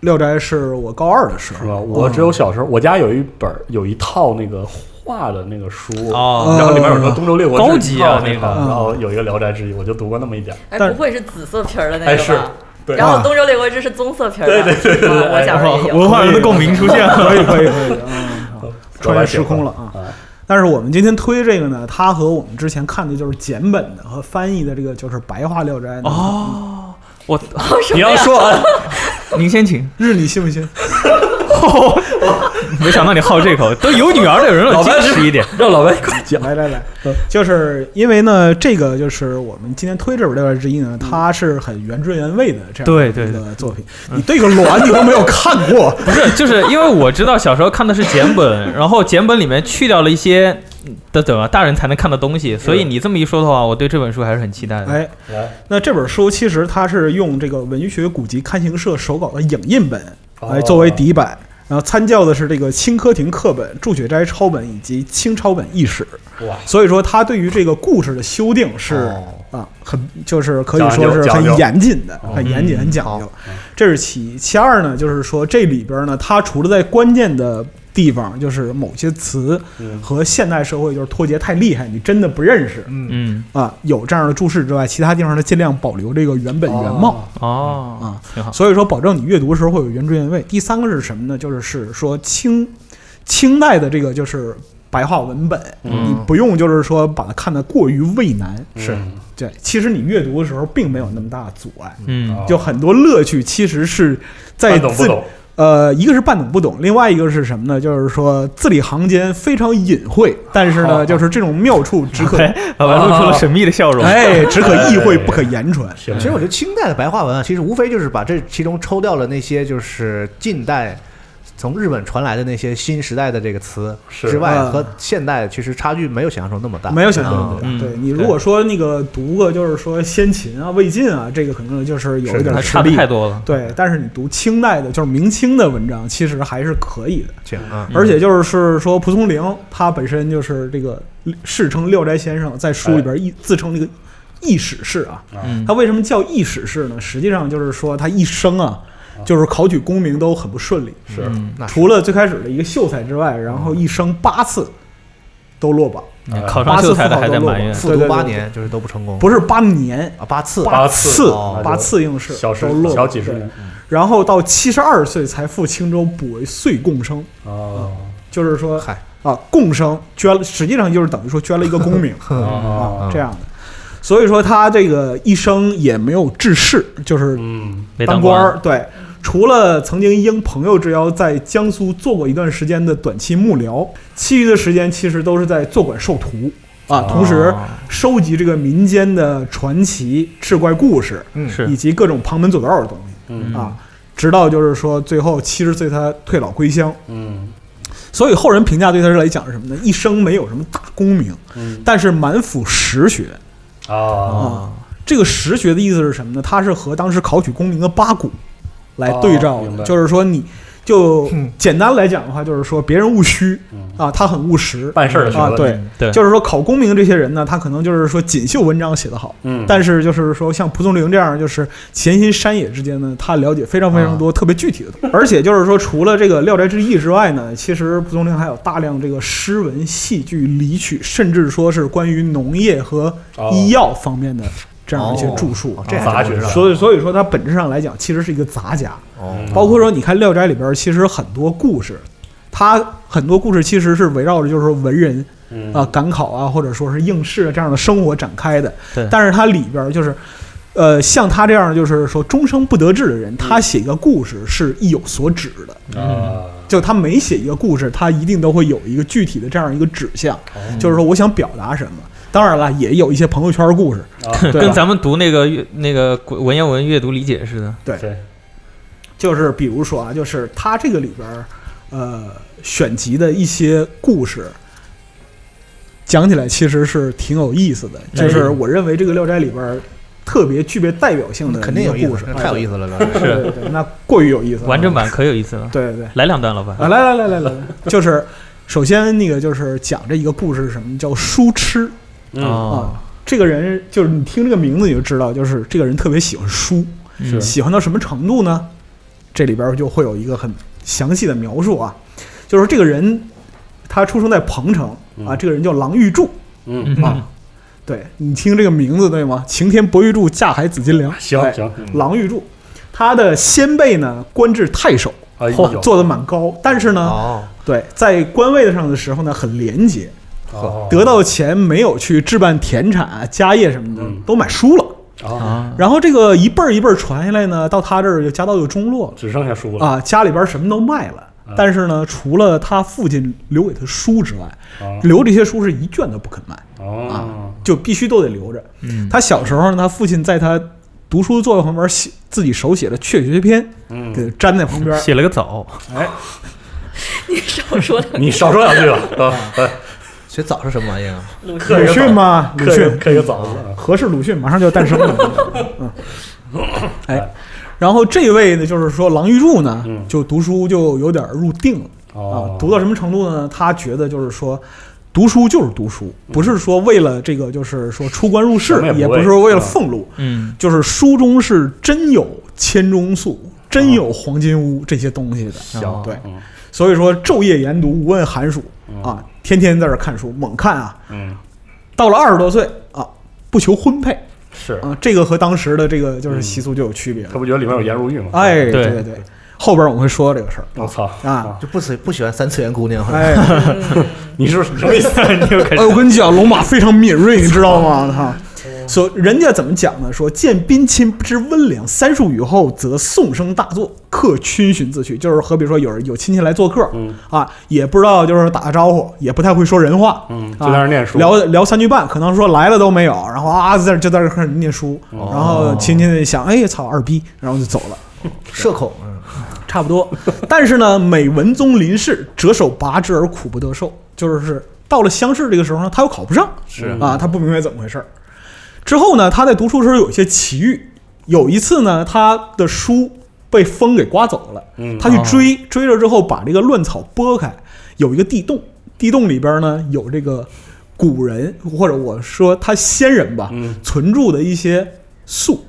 Speaker 2: 廖斋》是我高二的时
Speaker 3: 是
Speaker 2: 候，
Speaker 3: 吧？我只有小时候，我家有一本儿有一套那个画的那个书，
Speaker 4: 哦，
Speaker 3: 然后里面有说东周列国
Speaker 4: 高级啊
Speaker 3: 那
Speaker 4: 那个
Speaker 3: 然后有一个《聊斋志异》，我就读过那么一点儿。
Speaker 5: 哎，
Speaker 2: 但
Speaker 5: 不会是紫色皮儿的
Speaker 4: 嗯
Speaker 5: 那
Speaker 3: 哎
Speaker 5: 个
Speaker 3: 是
Speaker 5: 吧？
Speaker 3: 对
Speaker 5: 然后
Speaker 2: 啊
Speaker 5: 《东周列国志》是棕色皮儿
Speaker 3: 对
Speaker 5: 的，
Speaker 3: 对对对哎对
Speaker 5: 啊我小时候也有。
Speaker 4: 文化人的共鸣出现了。
Speaker 2: 可以可以可以，嗯，穿越时空了啊！
Speaker 3: 啊，
Speaker 2: 但是我们今天推这个呢，它和我们之前看的就是简本的和翻译的这个就是白话《廖斋》呢，
Speaker 4: 哦，我
Speaker 3: 你要说 完，
Speaker 4: 您先请。
Speaker 2: 日你信不信？
Speaker 4: 没想到你好这口，都有女儿的人了，
Speaker 3: 老白
Speaker 4: 矜持一点。
Speaker 3: 让老白快讲。
Speaker 2: 来来来，就是因为呢，这个就是我们今天推这本《廖斋之一》呢，它是很原汁原味的这样
Speaker 4: 对
Speaker 2: 的
Speaker 4: 对
Speaker 2: 一个作品。你对个卵你都没有看过，
Speaker 4: 不是，就是因为我知道小时候看的是简本，然后简本里面去掉了一些的怎么大人才能看的东西，所以你这么一说的话，我对这本书还是很期待的。
Speaker 2: 哎，那这本书其实它是用这个文学古籍刊行社手稿的影印本
Speaker 3: 哦
Speaker 2: 来作为底版，然后参照的是这个清科亭刻本、祝雪斋抄本以及清抄本译史。
Speaker 3: 哇，哦
Speaker 2: 所以说它对于这个故事的修订是
Speaker 1: 哦
Speaker 2: 啊，很就是可以说是
Speaker 3: 讲究哦
Speaker 2: 很严谨的
Speaker 3: 讲，究
Speaker 2: 很严谨，
Speaker 4: 嗯
Speaker 2: 很讲究
Speaker 1: 好。
Speaker 2: 这是其一，其二呢，就是说这里边呢，它除了在关键的地方，就是某些词
Speaker 3: 嗯
Speaker 2: 和现代社会就是脱节太厉害，你真的不认识。
Speaker 1: 嗯，
Speaker 4: 嗯，
Speaker 2: 啊，有这样的注释之外，其他地方呢尽量保留这个原本原貌。
Speaker 4: 哦
Speaker 2: 啊，
Speaker 4: 挺好。
Speaker 2: 所以说保证你阅读的时候会有原汁原味。第三个是什么呢？就是是说清清代的这个就是白话文本，
Speaker 3: 嗯
Speaker 2: 你不用就是说把它看得过于畏难。
Speaker 1: 是
Speaker 3: 嗯
Speaker 2: 对，其实你阅读的时候并没有那么大的阻碍，
Speaker 4: 嗯
Speaker 3: 哦
Speaker 2: 就很多乐趣其实是在
Speaker 3: 看懂不
Speaker 2: 字
Speaker 3: 懂？
Speaker 2: 呃，一个是半懂不懂，另外一个是什么呢？就是说字里行间非常隐晦，但是
Speaker 3: 好好
Speaker 2: 呢，就是这种妙处只 可
Speaker 3: 哎
Speaker 4: 老白露出了神秘的笑容。
Speaker 2: 哎只可意会不可言传。
Speaker 3: 行
Speaker 1: 其，实我觉得清代的白话文啊，其实无非就是把这其中抽掉了那些就是近代从日本传来的那些新时代的这个词
Speaker 3: 是
Speaker 1: 之外，
Speaker 2: 嗯
Speaker 1: 和现代其实差距没有想象中那
Speaker 3: 哎
Speaker 1: 么大。
Speaker 2: 没有想象
Speaker 1: 啊
Speaker 2: 中
Speaker 4: 嗯
Speaker 2: 对你如果说那个读个就是说先秦啊、魏晋啊，这个可能就是有一点
Speaker 4: 还
Speaker 2: 吃
Speaker 4: 差的
Speaker 2: 力
Speaker 4: 太。多了。
Speaker 2: 对，但是你读清代的，就是明清的文章，其实还是可以的。
Speaker 1: 行啊，
Speaker 4: 嗯
Speaker 2: 而且就是是说，蒲松龄他本身就是这个世称廖斋先生，在书里边一自称那个易史士啊。
Speaker 4: 嗯
Speaker 2: 他，为什么叫易史士呢？实际上就是说他一生啊，就是考取功名都很不顺利，
Speaker 3: 是
Speaker 4: 嗯
Speaker 1: 那
Speaker 2: 除了最开始的一个秀才之外，然后一生八次都落榜。
Speaker 3: 哎
Speaker 4: 考上
Speaker 2: 八次
Speaker 4: 秀
Speaker 2: 复
Speaker 4: 才的
Speaker 2: 考
Speaker 4: 还
Speaker 2: 都
Speaker 4: 在
Speaker 2: 落
Speaker 4: 埋
Speaker 2: 榜
Speaker 4: 怨。
Speaker 1: 复读八年就是都不成功，
Speaker 2: 不是八年，
Speaker 1: 啊八次
Speaker 3: 八
Speaker 2: 次
Speaker 1: 哦
Speaker 2: 八次应试
Speaker 3: 小十
Speaker 2: 都落
Speaker 3: 小
Speaker 2: 了
Speaker 3: 几十
Speaker 2: 对
Speaker 3: 年
Speaker 2: 然后到七十二岁才赴青州补为岁贡生，
Speaker 3: 哦
Speaker 2: 就是说
Speaker 1: 嗨
Speaker 2: 啊，贡生捐了，实际上就是等于说捐了一个功名啊
Speaker 3: 哦，
Speaker 2: 这样的。所以说他这个一生也没有致仕，就是
Speaker 3: 嗯
Speaker 4: 没
Speaker 2: 当
Speaker 4: 当
Speaker 2: 官
Speaker 4: 官
Speaker 2: 儿。对，除了曾经应朋友之邀在江苏做过一段时间的短期幕僚，其余的时间其实都是在坐馆授徒啊，同时
Speaker 4: 哦
Speaker 2: 收集这个民间的传奇、志怪故事，
Speaker 1: 嗯
Speaker 4: 是
Speaker 2: 以及各种旁门左道的东西
Speaker 3: 嗯
Speaker 2: 啊，直到就是说最后七十岁他退老归乡，
Speaker 3: 嗯
Speaker 2: 所以后人评价对他来讲是什么呢？一生没有什么大功名，
Speaker 3: 嗯
Speaker 2: 但是满腹实学
Speaker 3: 啊
Speaker 2: 啊。这个实学的意思是什么呢？它是和当时考取功名的八股来对照
Speaker 3: 哦明
Speaker 2: 的，
Speaker 3: 白
Speaker 2: 就是说你就
Speaker 1: 嗯
Speaker 2: 简单来讲的话，就是说别人务虚
Speaker 3: 嗯，
Speaker 2: 啊，他很务实
Speaker 3: 办事儿的学
Speaker 2: 啊，
Speaker 3: 问
Speaker 2: 对。
Speaker 4: 对，
Speaker 2: 就是说，考功名的这些人呢，他可能就是说锦绣文章写得好，
Speaker 3: 嗯，
Speaker 2: 但是就是说，像蒲松龄这样，就是潜心山野之间呢，他了解非常非常多特别具体的东西。啊 而且就是说，除了这个《廖斋志异》之外呢，其实蒲松龄还有大量这个诗文、戏剧、离曲，甚至说是关于农业和
Speaker 3: 哦
Speaker 2: 医药方面的这样一些著述。
Speaker 1: 哦这
Speaker 3: 杂
Speaker 1: 还真
Speaker 3: 学
Speaker 1: 不知道
Speaker 3: 上
Speaker 2: 所以，所以嗯说他本质上来讲，其实是一个杂家。
Speaker 1: 哦
Speaker 3: 嗯
Speaker 2: 包括说，你看《廖斋》里边，其实很多故事，它很多故事其实是围绕着就是说文人
Speaker 3: 嗯
Speaker 2: 呃啊、赶考啊，或者说是应试啊这样的生活展开的。
Speaker 4: 对
Speaker 2: 但是它里边儿就是呃，像他这样就是说终生不得志的人，他写一个故事是意有所指的。
Speaker 3: 啊，
Speaker 2: 就他每写一个故事，他一定都会有一个具体的这样一个指向，就是说我想表达什么。当然了，也有一些朋友圈故事，
Speaker 3: 啊
Speaker 2: 对吧
Speaker 4: 跟咱们读那个阅那个文言文阅读理解似的。
Speaker 3: 对，
Speaker 2: 就是比如说啊，就是他这个里边儿，呃，选集的一些故事，讲起来其实是挺有意思的。
Speaker 1: 哎
Speaker 2: 就是我认为这个《聊斋》里边儿特别具备代表性的
Speaker 1: 嗯肯定有
Speaker 2: 一
Speaker 1: 意
Speaker 2: 个故事
Speaker 1: 思，，太有意
Speaker 2: 思，
Speaker 1: 思了，聊斋
Speaker 2: 对对对，那过于有意思了，
Speaker 4: 完整版可有意思了，
Speaker 2: 对，对对
Speaker 4: 来两段，老板。
Speaker 2: 啊，来来来来 来，就是首先那个就是讲这一个故事是什么叫书痴
Speaker 3: 嗯，
Speaker 4: 哦
Speaker 2: 啊，，这个人就是你听这个名字你就知道，就是这个人特别喜欢书，
Speaker 4: 嗯
Speaker 2: 喜欢到什么程度呢？这里边儿就会有一个很详细的描述啊，就是这个人他出生在彭城啊，
Speaker 3: 嗯
Speaker 2: 这个人叫郎玉柱
Speaker 3: 嗯，
Speaker 2: 啊，对你听这个名字对吗？晴天薄玉柱，架海紫金梁，
Speaker 3: 啊行
Speaker 2: 哎
Speaker 3: 行，
Speaker 2: 郎玉柱，他的先辈呢官至太守，
Speaker 3: 哎呦啊
Speaker 2: 嚯，做的蛮高，但是呢，
Speaker 1: 哦，
Speaker 2: 对在官位上的时候呢很廉洁，
Speaker 3: 哦
Speaker 2: 得到钱没有去置办田产、家业什么的
Speaker 3: 嗯，
Speaker 2: 都买书了。
Speaker 3: 啊，
Speaker 4: 啊，
Speaker 2: 然后这个一辈儿一辈儿传下来呢，到他这儿就家道就中落了。
Speaker 3: 只剩下书了
Speaker 2: 啊，家里边什么都卖了
Speaker 3: 啊，
Speaker 2: 但是呢，除了他父亲留给他书之外，
Speaker 3: 啊，
Speaker 2: 留这些书是一卷都不肯卖，
Speaker 3: 哦，
Speaker 2: 就必须都得留着。
Speaker 4: 嗯，
Speaker 2: 他小时候呢，他父亲在他读书的座位旁边写自己手写的《雀学篇》，
Speaker 3: 嗯，
Speaker 2: 给他粘在旁边。
Speaker 4: 写了个早，
Speaker 3: 哎，
Speaker 5: 你少说两
Speaker 3: 你少说两句吧，啊， 哎
Speaker 1: 写早是什么玩意儿啊？
Speaker 5: 路
Speaker 3: 刻一
Speaker 2: 鲁
Speaker 3: 个
Speaker 2: 迅
Speaker 3: 枣
Speaker 2: 嘛，
Speaker 3: 刻
Speaker 2: 鲁
Speaker 3: 一个
Speaker 2: 迅，
Speaker 3: 刻一个枣子啊，
Speaker 2: 合适鲁迅马上就要诞 生了。嗯，哎，然后这位呢，就是说郎玉柱呢
Speaker 3: 嗯，
Speaker 2: 就读书就有点入定了。啊
Speaker 3: 哦，，
Speaker 2: 读到什么程度呢？他觉得就是说，读书就是读书，不是说为了这个，就是说出关入
Speaker 3: 什
Speaker 2: 仕
Speaker 3: 么也，不
Speaker 2: 也不
Speaker 3: 为
Speaker 2: 是说为了
Speaker 3: 啊
Speaker 2: 俸禄，
Speaker 4: 嗯，
Speaker 2: 就是书中是真有千钟粟，
Speaker 3: 嗯
Speaker 2: 真有黄金屋这些东西的。
Speaker 4: 哦
Speaker 3: 行，
Speaker 2: 对
Speaker 3: 嗯
Speaker 2: 所以说昼夜研读，无问寒暑
Speaker 3: 嗯
Speaker 2: 啊，天天在这儿看书，猛看啊。
Speaker 3: 嗯，
Speaker 2: 到了二十多岁啊，不求婚配
Speaker 3: 是，嗯
Speaker 2: 啊，这个和当时的这个就是习俗就有区别
Speaker 3: 他
Speaker 2: 了。
Speaker 3: 不觉得里面有颜如玉吗？
Speaker 2: 哎，
Speaker 4: 对
Speaker 2: 对对，后边我们会说这个事儿。
Speaker 3: 我操
Speaker 2: 啊！
Speaker 1: 就不喜不喜欢三次元姑娘，
Speaker 2: 哎，
Speaker 3: 你是什么意思？
Speaker 4: 你又开
Speaker 2: 哎，
Speaker 4: 始
Speaker 2: 我跟你讲，龙马非常敏锐，你知道吗？哈，所人家怎么讲呢？说见宾亲不知温良，三数雨后则颂声大作，客逡巡自去。就是何比说有人有亲戚来做客
Speaker 3: 嗯
Speaker 2: 啊，也不知道就是打个招呼，也不太会说人话，
Speaker 3: 嗯，就在那儿念书，
Speaker 2: 聊聊三句半，可能说来了都没有，然后啊在这就在这开始念书，然
Speaker 3: 哦
Speaker 2: 后亲戚想，哎操二逼，然后就走了。
Speaker 1: 社恐，嗯
Speaker 2: 差不多。 但是呢，每文宗临世，折手拔之而苦不得寿，就是到了乡试这个时候呢，他又考不上，
Speaker 1: 是
Speaker 2: 啊，他不明白怎么回事儿。之后呢，他在读书的时候有一些奇遇，有一次呢，他的书被风给刮走了，
Speaker 3: 嗯
Speaker 2: 他去追，追着之后把这个乱草拨开，有一个地洞，地洞里边呢有这个古人或者我说他先人吧，
Speaker 3: 嗯
Speaker 2: 存住的一些粟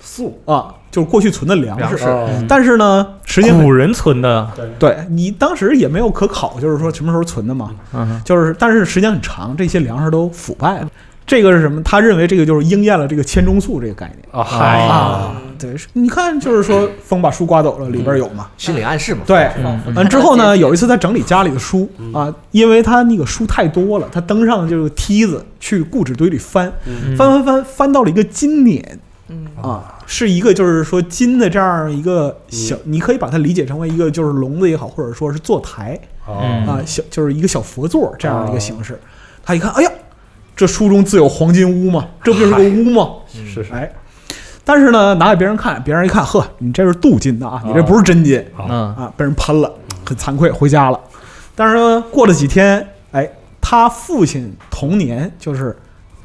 Speaker 3: 素
Speaker 2: 啊，就是过去存的粮食。
Speaker 1: 粮食
Speaker 3: 哦
Speaker 2: 但是嗯呢，时间很
Speaker 4: 古人存的，
Speaker 2: 对你当时也没有可考，就是说什么时候存的嘛，
Speaker 4: 嗯，
Speaker 2: 就是但是时间很长，这些粮食都腐败了。这个是什么？他认为这个就是应验了这个千钟粟这个概念
Speaker 3: 啊嗨，
Speaker 2: 啊。
Speaker 4: 嗯
Speaker 2: 对，是你看，就是说风把书刮走了，里边有嘛。
Speaker 1: 心理暗示嘛，
Speaker 2: 对，
Speaker 4: 嗯
Speaker 2: 完之后呢，有一次他整理家里的书啊，因为他那个书太多了，他登上就是梯子去固纸堆里翻，
Speaker 4: 嗯
Speaker 2: 翻翻翻翻到了一个金碾
Speaker 5: 嗯
Speaker 2: 啊，是一个就是说金的这样一个小，你可以把它理解成为一个就是笼子也好，或者说是坐台，
Speaker 4: 嗯
Speaker 3: 哦
Speaker 2: 啊，小就是一个小佛座这样的一个形式。他一看，哎呀，这书中自有黄金屋嘛，这不就是个屋吗？
Speaker 3: 是是，
Speaker 2: 哎，但是呢，拿给别人看，别人一看，呵，你这是镀金的啊，你这不是真金
Speaker 4: 嗯，
Speaker 2: 啊，被人喷了，很惭愧，回家了。但是呢，过了几天，哎，他父亲同年就是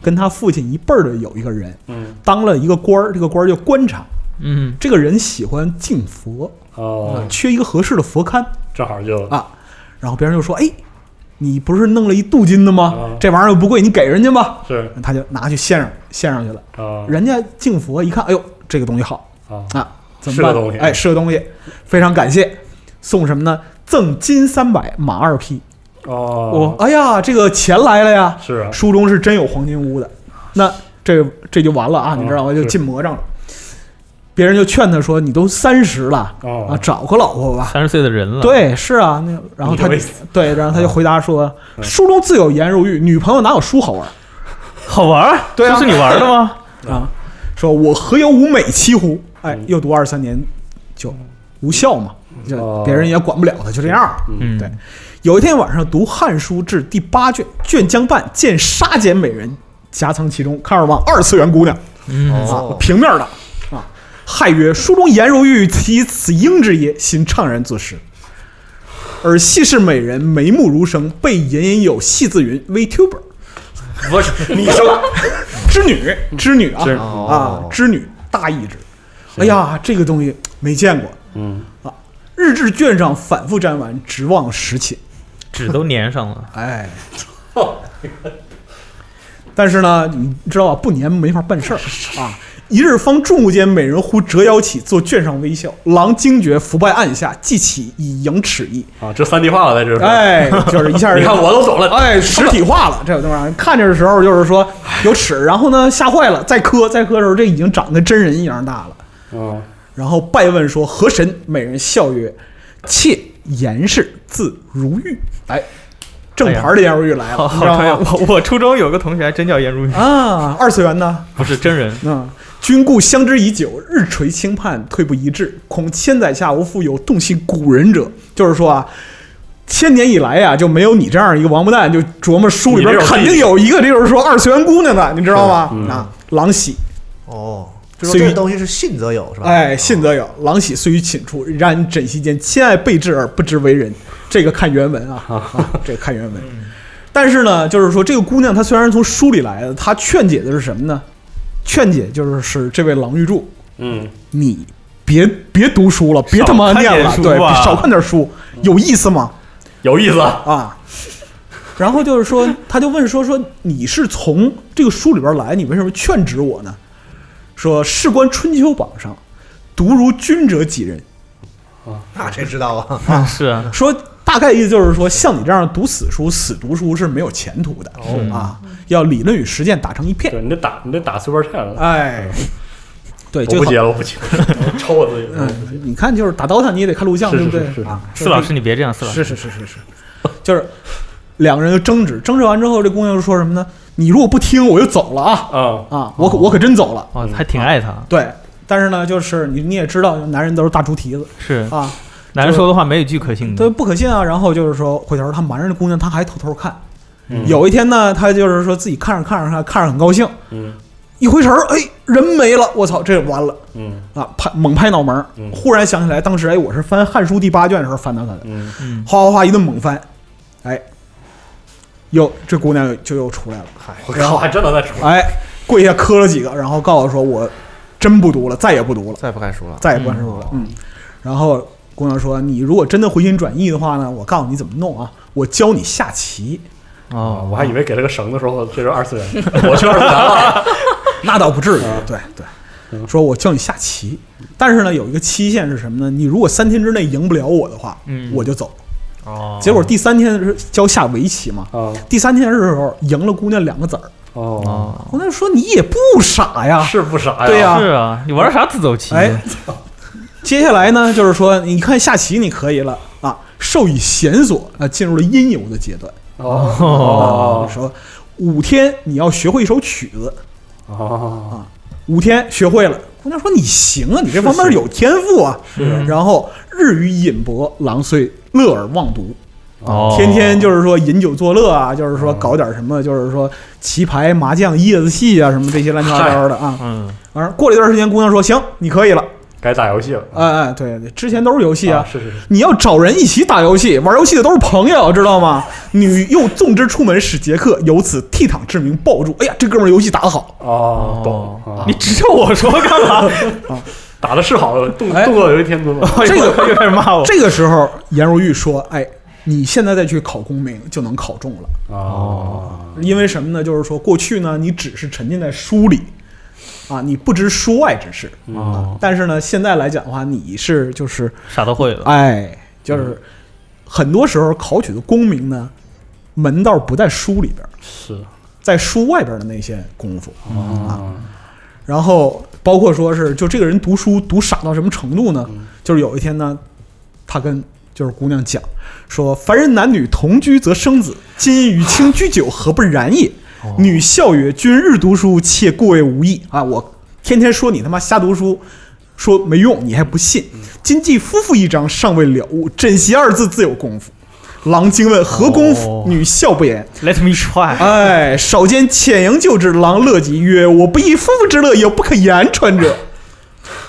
Speaker 2: 跟他父亲一辈儿的有一个人
Speaker 3: 嗯
Speaker 2: 当了一个官儿，这个官儿叫官场。
Speaker 4: 嗯，
Speaker 2: 这个人喜欢敬佛，啊
Speaker 3: 哦，
Speaker 2: 缺一个合适的佛龛。
Speaker 3: 正好就
Speaker 2: 啊，然后别人就说：“哎，你不是弄了一镀金的吗？
Speaker 3: 啊
Speaker 2: 这玩意儿又不贵，你给人家吧。
Speaker 3: 是”
Speaker 2: 他就拿去献上献上去了。
Speaker 3: 啊
Speaker 2: 人家敬佛一看，哎呦，这个东西好
Speaker 3: 啊
Speaker 2: 啊，怎
Speaker 3: 是
Speaker 2: 么
Speaker 3: 个
Speaker 2: 办？
Speaker 3: 东西
Speaker 2: 哎，是个东西，非常感谢。送什么呢？赠金三百，马二匹。
Speaker 3: 哦，
Speaker 2: 哎呀，这个钱来了呀！
Speaker 3: 是啊，
Speaker 2: 书中是真有黄金屋的，那这这就完了啊！
Speaker 3: 嗯
Speaker 2: 你知道吗？就是进魔怔了。别人就劝他说：“你都三十了
Speaker 3: 哦
Speaker 2: 啊，找个老婆吧。”
Speaker 4: 三十岁的人了，，
Speaker 2: 对，是啊，那然后
Speaker 3: 你
Speaker 2: 他
Speaker 3: 以为
Speaker 2: 就对，然后他就回答说：“
Speaker 3: 嗯
Speaker 2: 书中自有颜如玉，女朋友哪有书好玩
Speaker 4: 好玩儿，
Speaker 2: 对啊
Speaker 4: 这是你玩的吗？
Speaker 2: 啊？”说我何有吾美其乎？哎
Speaker 3: 嗯，
Speaker 2: 又读二三年就无效嘛，
Speaker 3: 哦
Speaker 2: 就别人也管不了他，就这样儿。
Speaker 4: 嗯，
Speaker 2: 对有一天晚上读《汉书至》第八卷，卷将半，见杀减美人，夹藏其中，看尔王二次元姑娘
Speaker 4: 嗯，
Speaker 2: 啊
Speaker 3: 哦，
Speaker 2: 平面的啊。亥曰：“书中颜如玉，其此应之也。”心怅然作诗。而细是美人，眉目如生，被隐隐有戏字云 “VTuber”
Speaker 3: 不是你说 哦
Speaker 2: 织女，织女啊
Speaker 3: 是
Speaker 2: 啊，织女大意之。哎呀，这个东西没见过。啊
Speaker 3: 嗯，
Speaker 2: 日志卷上反复粘完，直望时寝。
Speaker 4: 纸都粘上了，
Speaker 2: 哎，但是呢，你知道吧？不粘没法办事儿 啊。一日方众目间，美人忽折腰起，坐卷上微笑。郎惊觉，伏拜案下，记起以迎耻意。
Speaker 3: 啊，这三句话我在这儿说，
Speaker 2: 哎，就 是一下儿
Speaker 3: 你看我都懂了，
Speaker 2: 哎，实体化了，这东西看着的时候就是说有齿，然后呢吓坏了，再磕再磕的时候，这已经长得跟真人一样大了。
Speaker 3: 嗯，
Speaker 2: 然后拜问说何神？美人笑曰：“妾严氏，字如玉。”哎，正牌
Speaker 3: 哎
Speaker 2: 的颜如玉来了，
Speaker 4: 好好
Speaker 2: 你知道
Speaker 4: 专业。
Speaker 2: 吗？
Speaker 4: 我我初中有个同学还真叫颜如玉，
Speaker 2: 啊，二次元呢？
Speaker 4: 不是真人，
Speaker 3: 嗯
Speaker 2: 啊，君故相知已久，日垂轻盼，退不一致，恐千载下无复有洞悉古人者。就是说啊，千年以来呀、啊就没有你这样一个王八蛋，就琢磨书里边
Speaker 3: 你这种
Speaker 2: 肯定有一个，这就是说二次元姑娘的，你知道吗？
Speaker 3: 是嗯
Speaker 2: 啊，郎喜，
Speaker 1: 哦，就说这个东西是信则有是吧？哦
Speaker 2: 哎，信则有，郎喜虽于寝处，然枕席间，亲爱备至而不知为人。这个看 原文啊，啊这个看原文。但是呢，就是说这个姑娘她虽然从书里来的，她劝解的是什么呢？劝解就是使这位郎玉柱，
Speaker 3: 嗯，
Speaker 2: 你别别读书了，别他妈
Speaker 4: 少看
Speaker 2: 念
Speaker 4: 点书
Speaker 2: 了，
Speaker 4: 啊嗯
Speaker 2: 对，
Speaker 4: 吧
Speaker 2: 少看点书，有意思吗？
Speaker 3: 有意思，
Speaker 2: 啊。然后就是说，他就问说说你是从这个书里边来，你为什么劝止我呢？说事关春秋榜上，读如君者几人？
Speaker 1: 那谁知道啊？
Speaker 4: 是啊，
Speaker 2: 说大概意思就是说，像你这样读死书、死读书是没有前途的、
Speaker 4: 嗯
Speaker 2: 啊，要理论与实践打成一片。
Speaker 3: 对你得打你得打 Super Chat 了，
Speaker 2: 哎，对，
Speaker 3: 我
Speaker 2: 就
Speaker 3: 不
Speaker 2: 好
Speaker 3: 接。了，我不接，我抽我自己，我不接
Speaker 2: 嗯，你看，就是打 DOTA 你也得看录像，
Speaker 3: 是是
Speaker 2: 对不对？
Speaker 3: 是是
Speaker 2: 啊，
Speaker 4: 四老师你别这样，四老师
Speaker 2: 是是是是是，就是两个人就争执，争执完之后，这姑娘就说什么呢？你如果不听，我就走了啊
Speaker 3: 啊，
Speaker 2: 啊！我可我可真走了。
Speaker 4: 哦，还挺爱他，
Speaker 2: 对，但是呢，就是你你也知道，男人都是大猪蹄子
Speaker 4: 是
Speaker 2: 啊，
Speaker 4: 男人说的话没有一句可信
Speaker 2: 他
Speaker 4: 的，
Speaker 2: 不可信啊。然后就是说，回头他瞒着这姑娘，他还偷偷看。
Speaker 3: 嗯
Speaker 2: 有一天呢，他就是说自己看着看着看着看着很高兴，
Speaker 3: 嗯
Speaker 2: 一回神儿，哎，人没了，我操，这完了
Speaker 3: 嗯
Speaker 2: 啊！拍猛拍脑门儿
Speaker 3: 嗯，
Speaker 2: 忽然想起来，当时哎，我是翻《汉书》第八卷的时候翻到他的。
Speaker 3: 嗯，
Speaker 4: 嗯，
Speaker 2: 哗哗哗一顿猛翻，哎，又这姑娘就又出来了，
Speaker 3: 我靠，还真能再出，
Speaker 2: 哎，跪下磕了几个，然后告诉说我真不读了，再也不读了，
Speaker 1: 再不看书了。
Speaker 2: 再也不读了，嗯，然后姑娘说你如果真的回心转意的话呢，我告诉你怎么弄啊，我教你下棋，
Speaker 4: 哦，
Speaker 3: 我还以为给了个绳子，说这是二次元，我去二次元了，
Speaker 2: 那倒不至于
Speaker 3: 啊，
Speaker 2: 对对，说我教你下棋，但是呢有一个期限是什么呢？你如果三天之内赢不了我的话，
Speaker 4: 嗯
Speaker 2: 我就走。
Speaker 4: 哦，
Speaker 2: 结果第三天是教下围棋嘛，
Speaker 3: 啊
Speaker 2: 第三天的时候赢了姑娘两个子儿，
Speaker 3: 哦，
Speaker 4: 哦，
Speaker 2: 姑娘说你也不傻呀，
Speaker 3: 是不傻呀，
Speaker 2: 对呀啊
Speaker 4: 是啊，你玩啥自走棋？
Speaker 2: 哎，接下来呢，就是说，你看下棋你可以了啊，授以弦索啊，进入了音游的阶段。
Speaker 3: 哦
Speaker 2: 你说五天你要学会一首曲子，
Speaker 3: 哦哦，
Speaker 2: 五天学会了，姑娘说你行啊，你这方面
Speaker 3: 是
Speaker 2: 有天赋啊。然后日语引博，郎遂乐而忘读，
Speaker 4: 哦，
Speaker 2: 天天就是说饮酒作乐
Speaker 3: 哦
Speaker 2: 啊，就是说搞点什么，就是说棋牌、麻将、叶子戏啊，什么这些乱七八糟的啊。
Speaker 4: 嗯，
Speaker 2: 而过了一段时间，姑娘说行，你可以了。
Speaker 3: 该打游戏了，
Speaker 2: 哎哎，对对，之前都是游戏
Speaker 3: 啊，，
Speaker 2: 啊
Speaker 3: 是是是，
Speaker 2: 你要找人一起打游戏，玩游戏的都是朋友，知道吗？女又纵之出门使杰克，由此倜傥之名抱住。哎呀，这哥们儿游戏打得好，
Speaker 3: 哦，
Speaker 4: 哦
Speaker 3: 懂，啊
Speaker 4: 你指着我说干嘛？
Speaker 3: 打的是好，动
Speaker 2: 哎
Speaker 3: 动作有一天尊了，
Speaker 2: 这个
Speaker 4: 又开始骂 我。
Speaker 2: 这个时候颜如玉说：“哎，你现在再去考功名就能考中了，
Speaker 3: 哦，
Speaker 2: 因为什么呢？就是说过去呢，你只是沉浸在书里。”啊，你不知书外之事，啊
Speaker 3: 哦
Speaker 2: 但是呢，现在来讲的话，你是就是，
Speaker 4: 啥都会了，
Speaker 2: 哎，就是很多时候考取的功名呢，门道不在书里边儿，
Speaker 3: 是，
Speaker 2: 在书外边儿的那些功夫。啊
Speaker 3: 哦，
Speaker 2: 然后包括说是就这个人读书读傻到什么程度呢
Speaker 3: 嗯？
Speaker 2: 就是有一天呢，他跟就是姑娘讲说：“凡人男女同居则生子，今与卿居酒，何不然也？”女笑曰：“君日读书，妾故谓无益啊！我天天说你他妈瞎读书。说没用，你还不信？今既夫妇一章尚未了悟，枕席二字自有功夫。郎惊问何功夫
Speaker 4: 哦？
Speaker 2: 女笑不言。
Speaker 4: Let me try。
Speaker 2: 哎，少间遣营救之，郎乐极曰：“我不亦夫妇之乐，也不可言传者。”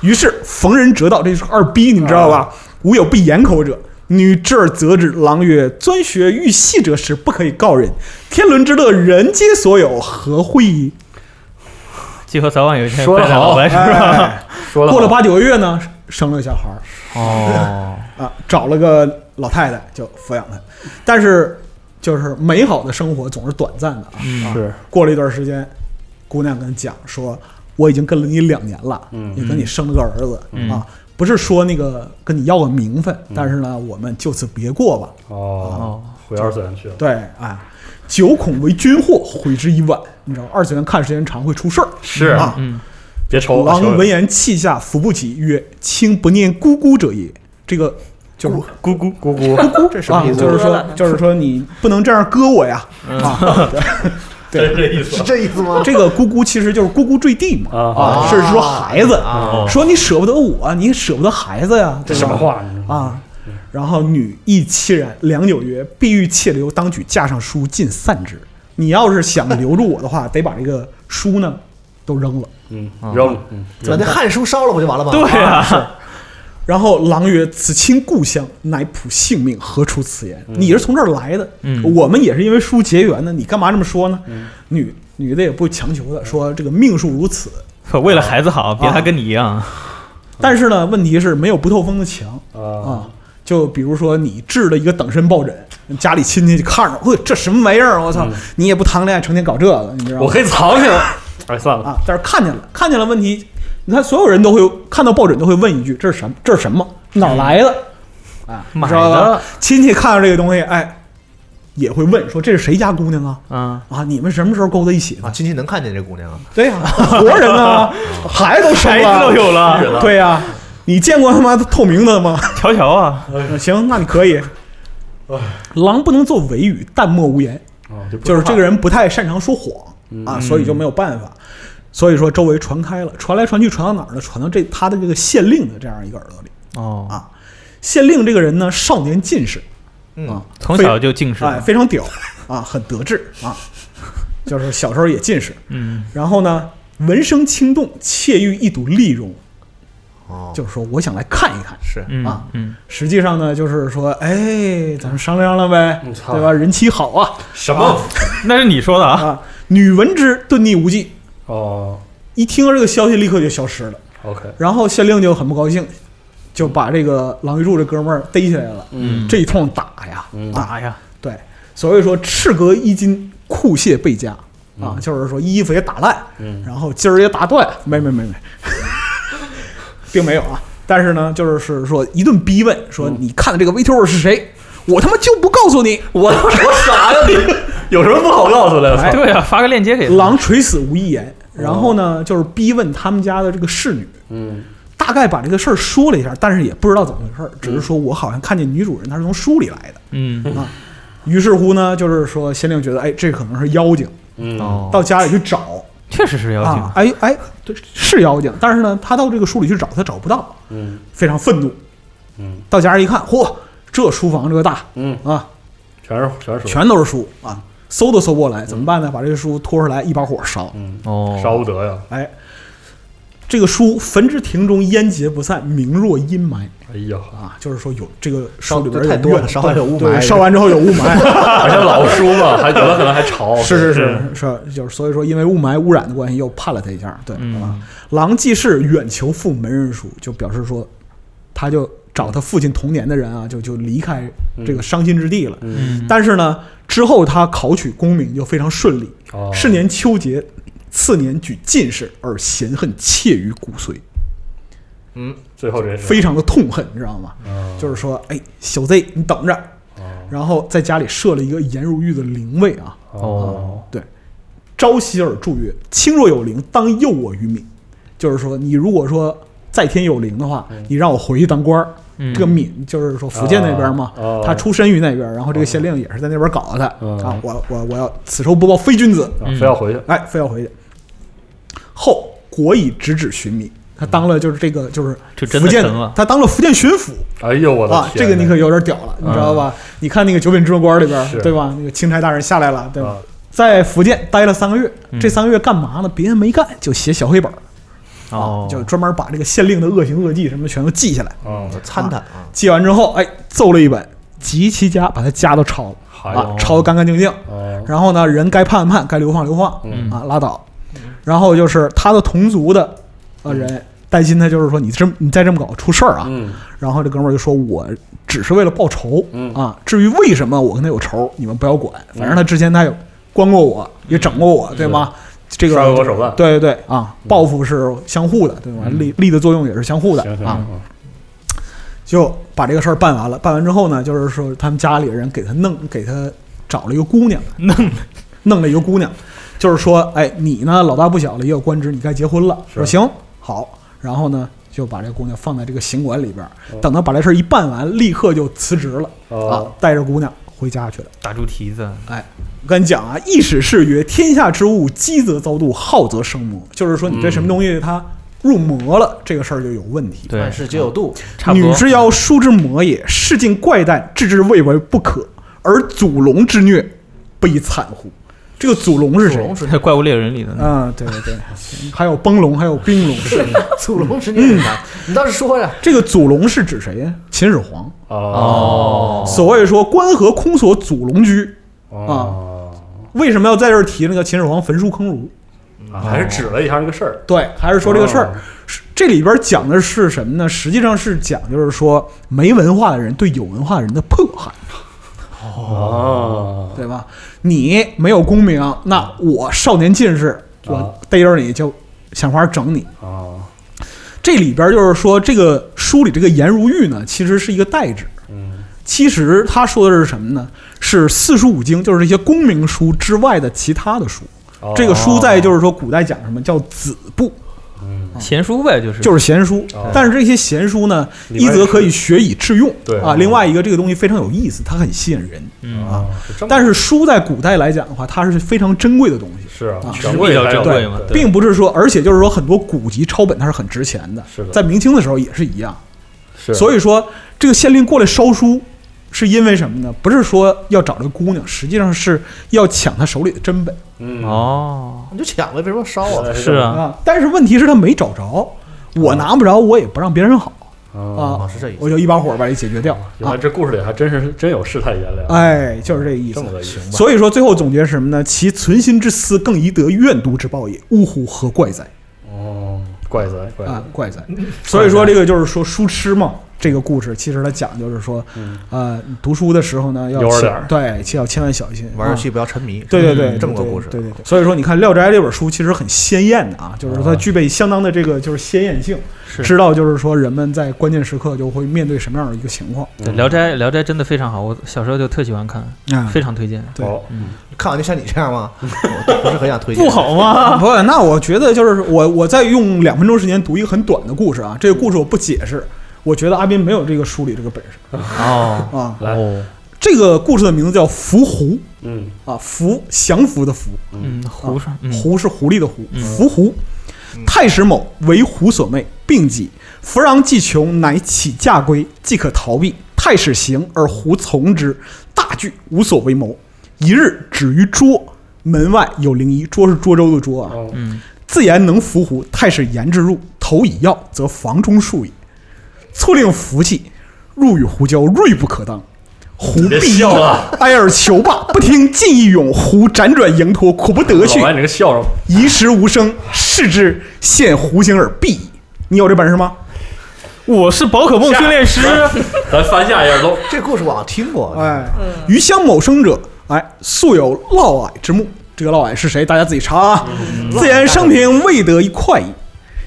Speaker 2: 于是逢人折道，这就是二逼，你知道吧？吾有不言口者。女至而责之，郎曰：“专学欲细者时，不可以告人。天伦之乐，人皆所有，何会矣
Speaker 4: 最后早晚有一天
Speaker 3: 说得
Speaker 4: 拜
Speaker 3: 好
Speaker 4: 倒 了？”是吧？
Speaker 2: 哎
Speaker 3: 说了
Speaker 2: 过了
Speaker 3: 吧，
Speaker 2: 八九个月呢，生了个小孩儿。
Speaker 4: 哦，
Speaker 2: 啊，找了个老太太就抚养他。但是，就是美好的生活总是短暂的啊。
Speaker 4: 嗯
Speaker 3: 是
Speaker 2: 过了一段时间，姑娘跟讲说，我已经跟了你两年了，
Speaker 3: 嗯
Speaker 2: 也跟你生了个儿子、
Speaker 4: 嗯
Speaker 2: 啊，不是说那个跟你要个名分，
Speaker 3: 嗯
Speaker 2: 但是呢，我们就此别过吧。
Speaker 3: 哦，回二次元去了，
Speaker 2: 对，啊，久恐为君祸，悔之已晚。你知道，二次元看时间长会出事儿。
Speaker 3: 是
Speaker 2: 啊，
Speaker 4: 嗯，
Speaker 3: 别愁，我求
Speaker 2: 狼
Speaker 3: 你
Speaker 2: 闻言气下，伏不起，曰：“卿不念姑姑者也。”这个就是
Speaker 3: 咕咕咕咕，
Speaker 1: 这什
Speaker 2: 啊
Speaker 1: 么意，思？
Speaker 2: 就是
Speaker 5: 多
Speaker 2: 说
Speaker 5: 了，
Speaker 2: 就是说，你不能这样割我 呀！啊，
Speaker 3: 真是这意思
Speaker 1: 是
Speaker 2: 哦
Speaker 1: 这意思吗？
Speaker 2: 这个咕咕其实就是咕咕坠地嘛，
Speaker 3: 啊哦
Speaker 2: 是说孩子，
Speaker 4: 啊
Speaker 2: 说你舍不得我，你也舍不得孩子呀，
Speaker 3: 这
Speaker 2: 对
Speaker 3: 什么
Speaker 2: 吧？
Speaker 3: 话你知道吗
Speaker 2: 啊，然后女亦凄然，良久曰：“必欲妾留，当举架上书，尽散之。你要是想留住我的话，得把这个书呢都扔了。”
Speaker 3: 嗯，
Speaker 4: 啊
Speaker 3: 扔了，嗯
Speaker 1: 把
Speaker 3: 扔
Speaker 1: 那
Speaker 3: 了
Speaker 1: 汉书烧了不就完了吗？
Speaker 4: 对啊，
Speaker 2: 然后狼曰：“此亲故乡，乃普性命，何出此言？你是从这儿来的，
Speaker 4: 嗯
Speaker 2: 我们也是因为书结缘的，你干嘛这么说呢？”女女的也不强求的，说这个命数如此。
Speaker 4: 为了孩子好，别
Speaker 2: 啊
Speaker 4: 他跟你一样。
Speaker 2: 但是呢，问题是没有不透风的墙
Speaker 3: 啊
Speaker 2: 啊。就比如说你治了一个等身抱枕，家里亲戚就看着，喂，这什么玩意儿？我操！你也不谈恋爱，成天搞这个，你知道
Speaker 3: 我
Speaker 2: 吗？
Speaker 3: 可以藏起来，哎，算了，
Speaker 2: 啊，但是看见了，看见了问题，你看所有人都会看到抱枕都会问一句：这是什么？这是什么？哪儿来的？啊，
Speaker 4: 嗯
Speaker 2: 你
Speaker 4: 买
Speaker 2: 知道吧
Speaker 4: 的，
Speaker 2: 亲戚看到这个东西，哎，也会问说这是谁家姑娘啊？
Speaker 4: 嗯，
Speaker 2: 啊，你们什么时候勾在一起
Speaker 1: 啊，
Speaker 2: 的？
Speaker 1: 亲戚能看见这姑娘啊？
Speaker 2: 对呀、活人 啊，孩子都 生
Speaker 4: 孩子都
Speaker 2: 了，
Speaker 4: 有了，
Speaker 2: 对呀、你见过他妈的透明的吗？
Speaker 4: 瞧瞧啊，
Speaker 2: 嗯行，那你可以。狼不能做伪语，淡漠无言，
Speaker 3: 哦就不
Speaker 2: 就是
Speaker 3: 说嗯
Speaker 2: 这个人不太擅长说谎啊，所以就没有办法。所以说周围传开了，传来传去，传到哪儿呢？传到这他的这个县令的这样一个耳朵里。
Speaker 4: 哦，
Speaker 2: 县令这个人呢，少年进士啊
Speaker 1: 嗯，，
Speaker 4: 从
Speaker 2: 非
Speaker 4: 小就近视，
Speaker 2: 哎，非常屌啊，很得志啊，就是小时候也进士。
Speaker 4: 嗯，
Speaker 2: 然后呢，闻声轻动，窃欲一睹丽容，
Speaker 1: 哦，
Speaker 2: 就是说我想来看一看。
Speaker 1: 是
Speaker 4: 嗯
Speaker 2: 啊
Speaker 4: 嗯，
Speaker 2: 实际上呢，就是说，哎，咱们商量商量呗
Speaker 3: 我，嗯操
Speaker 2: 对吧？人妻好啊
Speaker 3: 什么
Speaker 4: 那是你说的啊，
Speaker 2: 啊！女闻之遁地无计，
Speaker 3: 哦
Speaker 2: 一听到这个消息，立刻就消失了。
Speaker 3: ，OK，
Speaker 2: 然后县令就很不高兴，就把这个狼玉柱这哥们儿逮起来了，
Speaker 3: 嗯
Speaker 2: 这一通打呀，
Speaker 3: 嗯
Speaker 2: 啊，
Speaker 4: 哎打呀，
Speaker 2: 对，所以说赤革衣襟，酷谢倍加啊，就是说衣服也打烂，
Speaker 3: 嗯
Speaker 2: 然后筋儿也打断，没没没 没，并没有啊。但是呢，就是说一顿逼问，说
Speaker 3: 嗯
Speaker 2: 你看的这个 VTuber 是谁？我他妈就不告诉你！
Speaker 3: 我他妈我傻呀你，有什么不好告诉的？我操
Speaker 4: 对啊，发个链接给他
Speaker 2: 哎狼垂死无一
Speaker 3: 哦
Speaker 2: 言。然后呢，就是逼问他们家的这个侍女，
Speaker 3: 嗯
Speaker 2: 大概把这个事儿说了一下，但是也不知道怎么回事儿，
Speaker 3: 嗯
Speaker 2: 只是说我好像看见女主人她是从书里来的。
Speaker 4: 嗯，
Speaker 2: 于是乎呢，就是说县令觉得，哎，这可能是妖精，
Speaker 3: 嗯
Speaker 4: 哦，
Speaker 2: 到家里去找，
Speaker 4: 确实是妖
Speaker 2: 啊
Speaker 4: 精，，
Speaker 2: 哎哎，对，是妖精，但是呢，他到这个书里去找，他找不到，
Speaker 3: 嗯
Speaker 2: 非常愤怒。
Speaker 3: 嗯
Speaker 2: 到家里一看，嚯，这书房这个大
Speaker 3: 嗯，
Speaker 2: 啊，
Speaker 3: 全是全是水
Speaker 2: 全都是书啊，搜都搜不过来，怎么办呢？把这个书拖出来，一把火烧。
Speaker 3: 嗯，
Speaker 4: 哦，
Speaker 3: 烧不得呀，
Speaker 2: 哎，这个书焚之庭中，烟结不散，明若阴霾
Speaker 3: 哎呀，
Speaker 2: 啊，就是说有这个
Speaker 1: 烧
Speaker 2: 书里边
Speaker 1: 得
Speaker 2: 有
Speaker 1: 太多了
Speaker 2: 怨
Speaker 1: 烧完有雾霾
Speaker 2: 对烧完之后有 雾霾，
Speaker 3: 而且老书嘛， 还有的可能还潮，
Speaker 1: 哦
Speaker 2: 是是
Speaker 1: 嗯
Speaker 2: 是是，就是所以说因为雾霾污染的关系，又判了他一下，对，
Speaker 4: 嗯
Speaker 2: 啊，狼既是远求父门人书，就表示说，他就找他父亲童年的人啊，就就离开这个伤心之地了。
Speaker 3: 嗯
Speaker 2: 但是呢，之后他考取功名就非常顺利，
Speaker 3: 哦
Speaker 2: 是年秋节，次年举进士，而嫌恨切于骨髓，
Speaker 3: 最后这是
Speaker 2: 非常的痛恨，你知道吗？
Speaker 3: 哦
Speaker 2: 就是说，哎，小 Z，你等着。然后在家里设了一个颜如玉的灵位啊，
Speaker 3: 哦
Speaker 2: 对，朝夕而祝曰：“卿若有灵，当佑我于民。”就是说，你如果说在天有灵的话，你让我回去当官儿。
Speaker 4: 嗯
Speaker 2: 这个闽就是说福建那边嘛，
Speaker 3: 哦哦
Speaker 2: 他出身于那边，然后这个县令也是在那边搞的他、
Speaker 3: 嗯
Speaker 2: 啊。
Speaker 4: 嗯
Speaker 2: 我我我要此仇不报非君子，
Speaker 3: 啊非要回去，
Speaker 2: 哎，非要回去。后国以直指寻觅。他当了就是这个就是
Speaker 4: 就真
Speaker 2: 福
Speaker 4: 的
Speaker 2: 建
Speaker 4: 成了，
Speaker 2: 他当了福建巡抚
Speaker 3: 哎呦我的
Speaker 2: 啊，这个你可有点屌了，你知道吧？你看那个《九品芝麻官》里边
Speaker 3: 是，
Speaker 2: 对吧？那个钦差大人下来了，对吧？
Speaker 3: 啊，
Speaker 2: 在福建待了三个月，
Speaker 4: 嗯
Speaker 2: 这三个月干嘛呢？别人没干，就写小黑本儿
Speaker 1: 哦
Speaker 2: 啊就专门把这个县令的恶行恶迹什么全都记下来。
Speaker 3: 嗯，
Speaker 1: 参他啊，
Speaker 2: 记完之后，哎，奏了一本，集其家，把他家都抄了
Speaker 3: 还有
Speaker 2: 啊，抄得干干净净。
Speaker 3: 哎哦，
Speaker 2: 然后呢，人该判判，该流放流放
Speaker 3: 嗯
Speaker 2: 啊，拉倒。然后就是他的同族的呃人担心他，就是说你这么你再这么搞出事儿啊。
Speaker 3: 嗯
Speaker 2: 然后这哥们儿就说，我只是为了报仇
Speaker 3: 嗯
Speaker 2: 啊，至于为什么我跟他有仇，你们不要管，反正他之前他有关过我，也整过我，对吗？这个
Speaker 3: 刷过我嗯手腕
Speaker 2: 对对对啊，报复是相互的，对吧？
Speaker 4: 嗯
Speaker 2: 力力的作用也是相互的
Speaker 3: 行行
Speaker 2: 啊。
Speaker 3: 行，
Speaker 2: 就把这个事儿办完了。办完之后呢，就是说他们家里人给他弄，给他找了一个姑娘，弄弄了一个姑娘，就是说，哎，你呢老大不小了，也有官职，你该结婚了。
Speaker 3: 是
Speaker 2: 说行好，然后呢就把这个姑娘放在这个行馆里边儿
Speaker 3: 哦，
Speaker 2: 等他把这事儿一办完，立刻就辞职了啊
Speaker 3: 哦，，
Speaker 2: 带着姑娘回家去了。
Speaker 4: 打猪蹄子，
Speaker 2: 我跟你讲啊，意史是曰：天下之物，积则遭妒，好则生魔。就是说，你这
Speaker 3: 嗯
Speaker 2: 什么东西它入魔了，这个事儿就有问题。
Speaker 4: 对嗯
Speaker 1: 万，事皆有度，
Speaker 4: 差不
Speaker 2: 女
Speaker 4: 多。
Speaker 2: 之妖，书之魔也，世尽怪诞，置之未为不可。而祖龙之虐，不亦惨乎？这个祖龙是
Speaker 1: 祖
Speaker 2: 谁
Speaker 1: 龙？是
Speaker 4: 怪物猎人里的那个
Speaker 2: 啊，对对对， 还有崩龙，还有冰龙。是
Speaker 1: 祖龙是你啥？你倒是说呀，
Speaker 2: 这个祖龙是指谁呀？秦始皇。
Speaker 3: 嗯哦
Speaker 2: 所谓说关河空所祖龙居，啊
Speaker 3: 哦
Speaker 2: 为什么要在这儿提那个秦始皇焚书坑儒？
Speaker 3: 啊，还
Speaker 2: 哦
Speaker 3: 是指了一下这个事儿，
Speaker 2: 对，还是说这个事儿。哦是这里边讲的是什么呢？实际上是讲就是说没文化的人对有文化的人的迫害。
Speaker 3: 哦，
Speaker 2: 对吧？你没有功名，那我少年进士，
Speaker 3: 啊
Speaker 2: 我逮着你就想法整你。
Speaker 3: 哦，
Speaker 2: 这里边就是说，这个书里这个颜如玉呢，其实是一个代指。
Speaker 3: 嗯，
Speaker 2: 其实他说的是什么呢？是四书五经，就是这些功名书之外的其他的书。
Speaker 3: 哦
Speaker 2: 这个书在就是说古代讲什么叫子部，
Speaker 3: 嗯
Speaker 4: 闲书呗，就是
Speaker 2: 就是闲书
Speaker 3: 哦。
Speaker 2: 但是这些闲书呢，
Speaker 3: 里面
Speaker 2: 一则可以学以致用，
Speaker 3: 对哦
Speaker 2: 啊，另外一个这个东西非常有意思，它很吸引人。
Speaker 4: 嗯
Speaker 3: 啊，是这么
Speaker 2: 但是书在古代来讲的话，它是非常珍贵的东西。
Speaker 3: 是啊
Speaker 2: 啊，
Speaker 3: 掌柜
Speaker 4: 是比较
Speaker 3: 还有
Speaker 4: 珍贵嘛
Speaker 3: 对
Speaker 2: 并不是说，而且就是说，很多古籍抄本它是很值钱的，
Speaker 3: 是的
Speaker 2: 在明清的时候也是一样。
Speaker 3: 是
Speaker 2: 所
Speaker 3: 以
Speaker 2: 以说，这个县令过来烧书，是因为什么呢？不是说要找这个姑娘，实际上是要抢她手里的真本
Speaker 3: 嗯
Speaker 4: 哦，
Speaker 1: 你就抢呗，为什么烧啊？
Speaker 4: 是
Speaker 3: 啊
Speaker 4: 啊，
Speaker 2: 啊。但是问题是，他没找着，我拿不着，我也不让别人好
Speaker 3: 啊，
Speaker 2: 啊
Speaker 1: 哦，，是这意
Speaker 2: 我
Speaker 1: 思。
Speaker 2: 就一把火把你解决掉
Speaker 3: 原
Speaker 2: 啊
Speaker 3: 来。这故事里还真是真有世态炎凉，，
Speaker 2: 哎，就是这个意
Speaker 3: 这
Speaker 2: 思
Speaker 3: 么。个意思，
Speaker 2: 所以说，最后总结是什么呢？其存心之思，更宜得怨毒之报也。呜呼，何怪哉！
Speaker 3: 哦，怪哉怪哉
Speaker 2: 啊，，怪哉。所以说这个就是说书痴嘛，这个故事其实它讲就是说，
Speaker 3: 嗯
Speaker 2: 呃，读书的时候呢要
Speaker 3: 悠着
Speaker 2: 千
Speaker 3: 点儿
Speaker 2: 对，切要千万小心
Speaker 1: 玩游。
Speaker 2: 啊
Speaker 1: 戏不要沉迷，嗯
Speaker 2: 对对对，
Speaker 1: 这么个
Speaker 2: 对
Speaker 1: 故事
Speaker 2: 对对对。所以说，你看《聊斋》这本书其实很鲜艳的啊，就是说它具备相当的这个就是鲜艳性，
Speaker 4: 是
Speaker 2: 知道就是说人们在关键时刻就会面对什么样的一个情况
Speaker 4: 对，《聊斋》《聊斋》真的非常好，我小时候就特喜欢看，
Speaker 2: 啊。
Speaker 4: 非常推荐。
Speaker 2: 对
Speaker 3: 好
Speaker 1: 看完就像你这样 吗？我不是很想推荐。
Speaker 4: 不好吗？
Speaker 2: 啊不，那我觉得就是我我再用两分钟时间读一个很短的故事啊，这个故事我不解释，我觉得阿斌没有这个梳理这个本事
Speaker 4: 哦，
Speaker 2: 啊。
Speaker 3: 来，
Speaker 2: 这个故事的名字叫《伏狐》，
Speaker 3: 嗯
Speaker 2: 啊，狐降服的服，
Speaker 4: 嗯，胡说，嗯，
Speaker 2: 狐是狐狸的狐，
Speaker 4: 嗯
Speaker 2: 伏狐。太史某为狐所媚，并己弗攘既穷，乃起驾归，即可逃避。太史行而狐从之，大惧，无所为谋。一日止于涿门外，有灵医，涿是涿州的涿啊。
Speaker 3: 哦
Speaker 4: 嗯，
Speaker 2: 自言能伏狐，太史言之入，投以药，则房中术矣。促令服气，入与狐交，锐不可当。狐
Speaker 3: 别
Speaker 2: 必
Speaker 3: 笑了，
Speaker 2: 哀而求罢，不听进义勇。狐辗转迎脱，苦不得去
Speaker 3: 老，白你这个笑容，
Speaker 2: 遗食无声，视之，现狐形而毙矣。你有这本事吗？
Speaker 4: 我是宝可梦训练师，
Speaker 3: 咱翻下一页都
Speaker 1: 这故事我好像听过，
Speaker 2: 哎，余乡某生者，哎，素有嫪毐之目。这个嫪毐是谁？大家自己查啊。自言生平未得一快矣。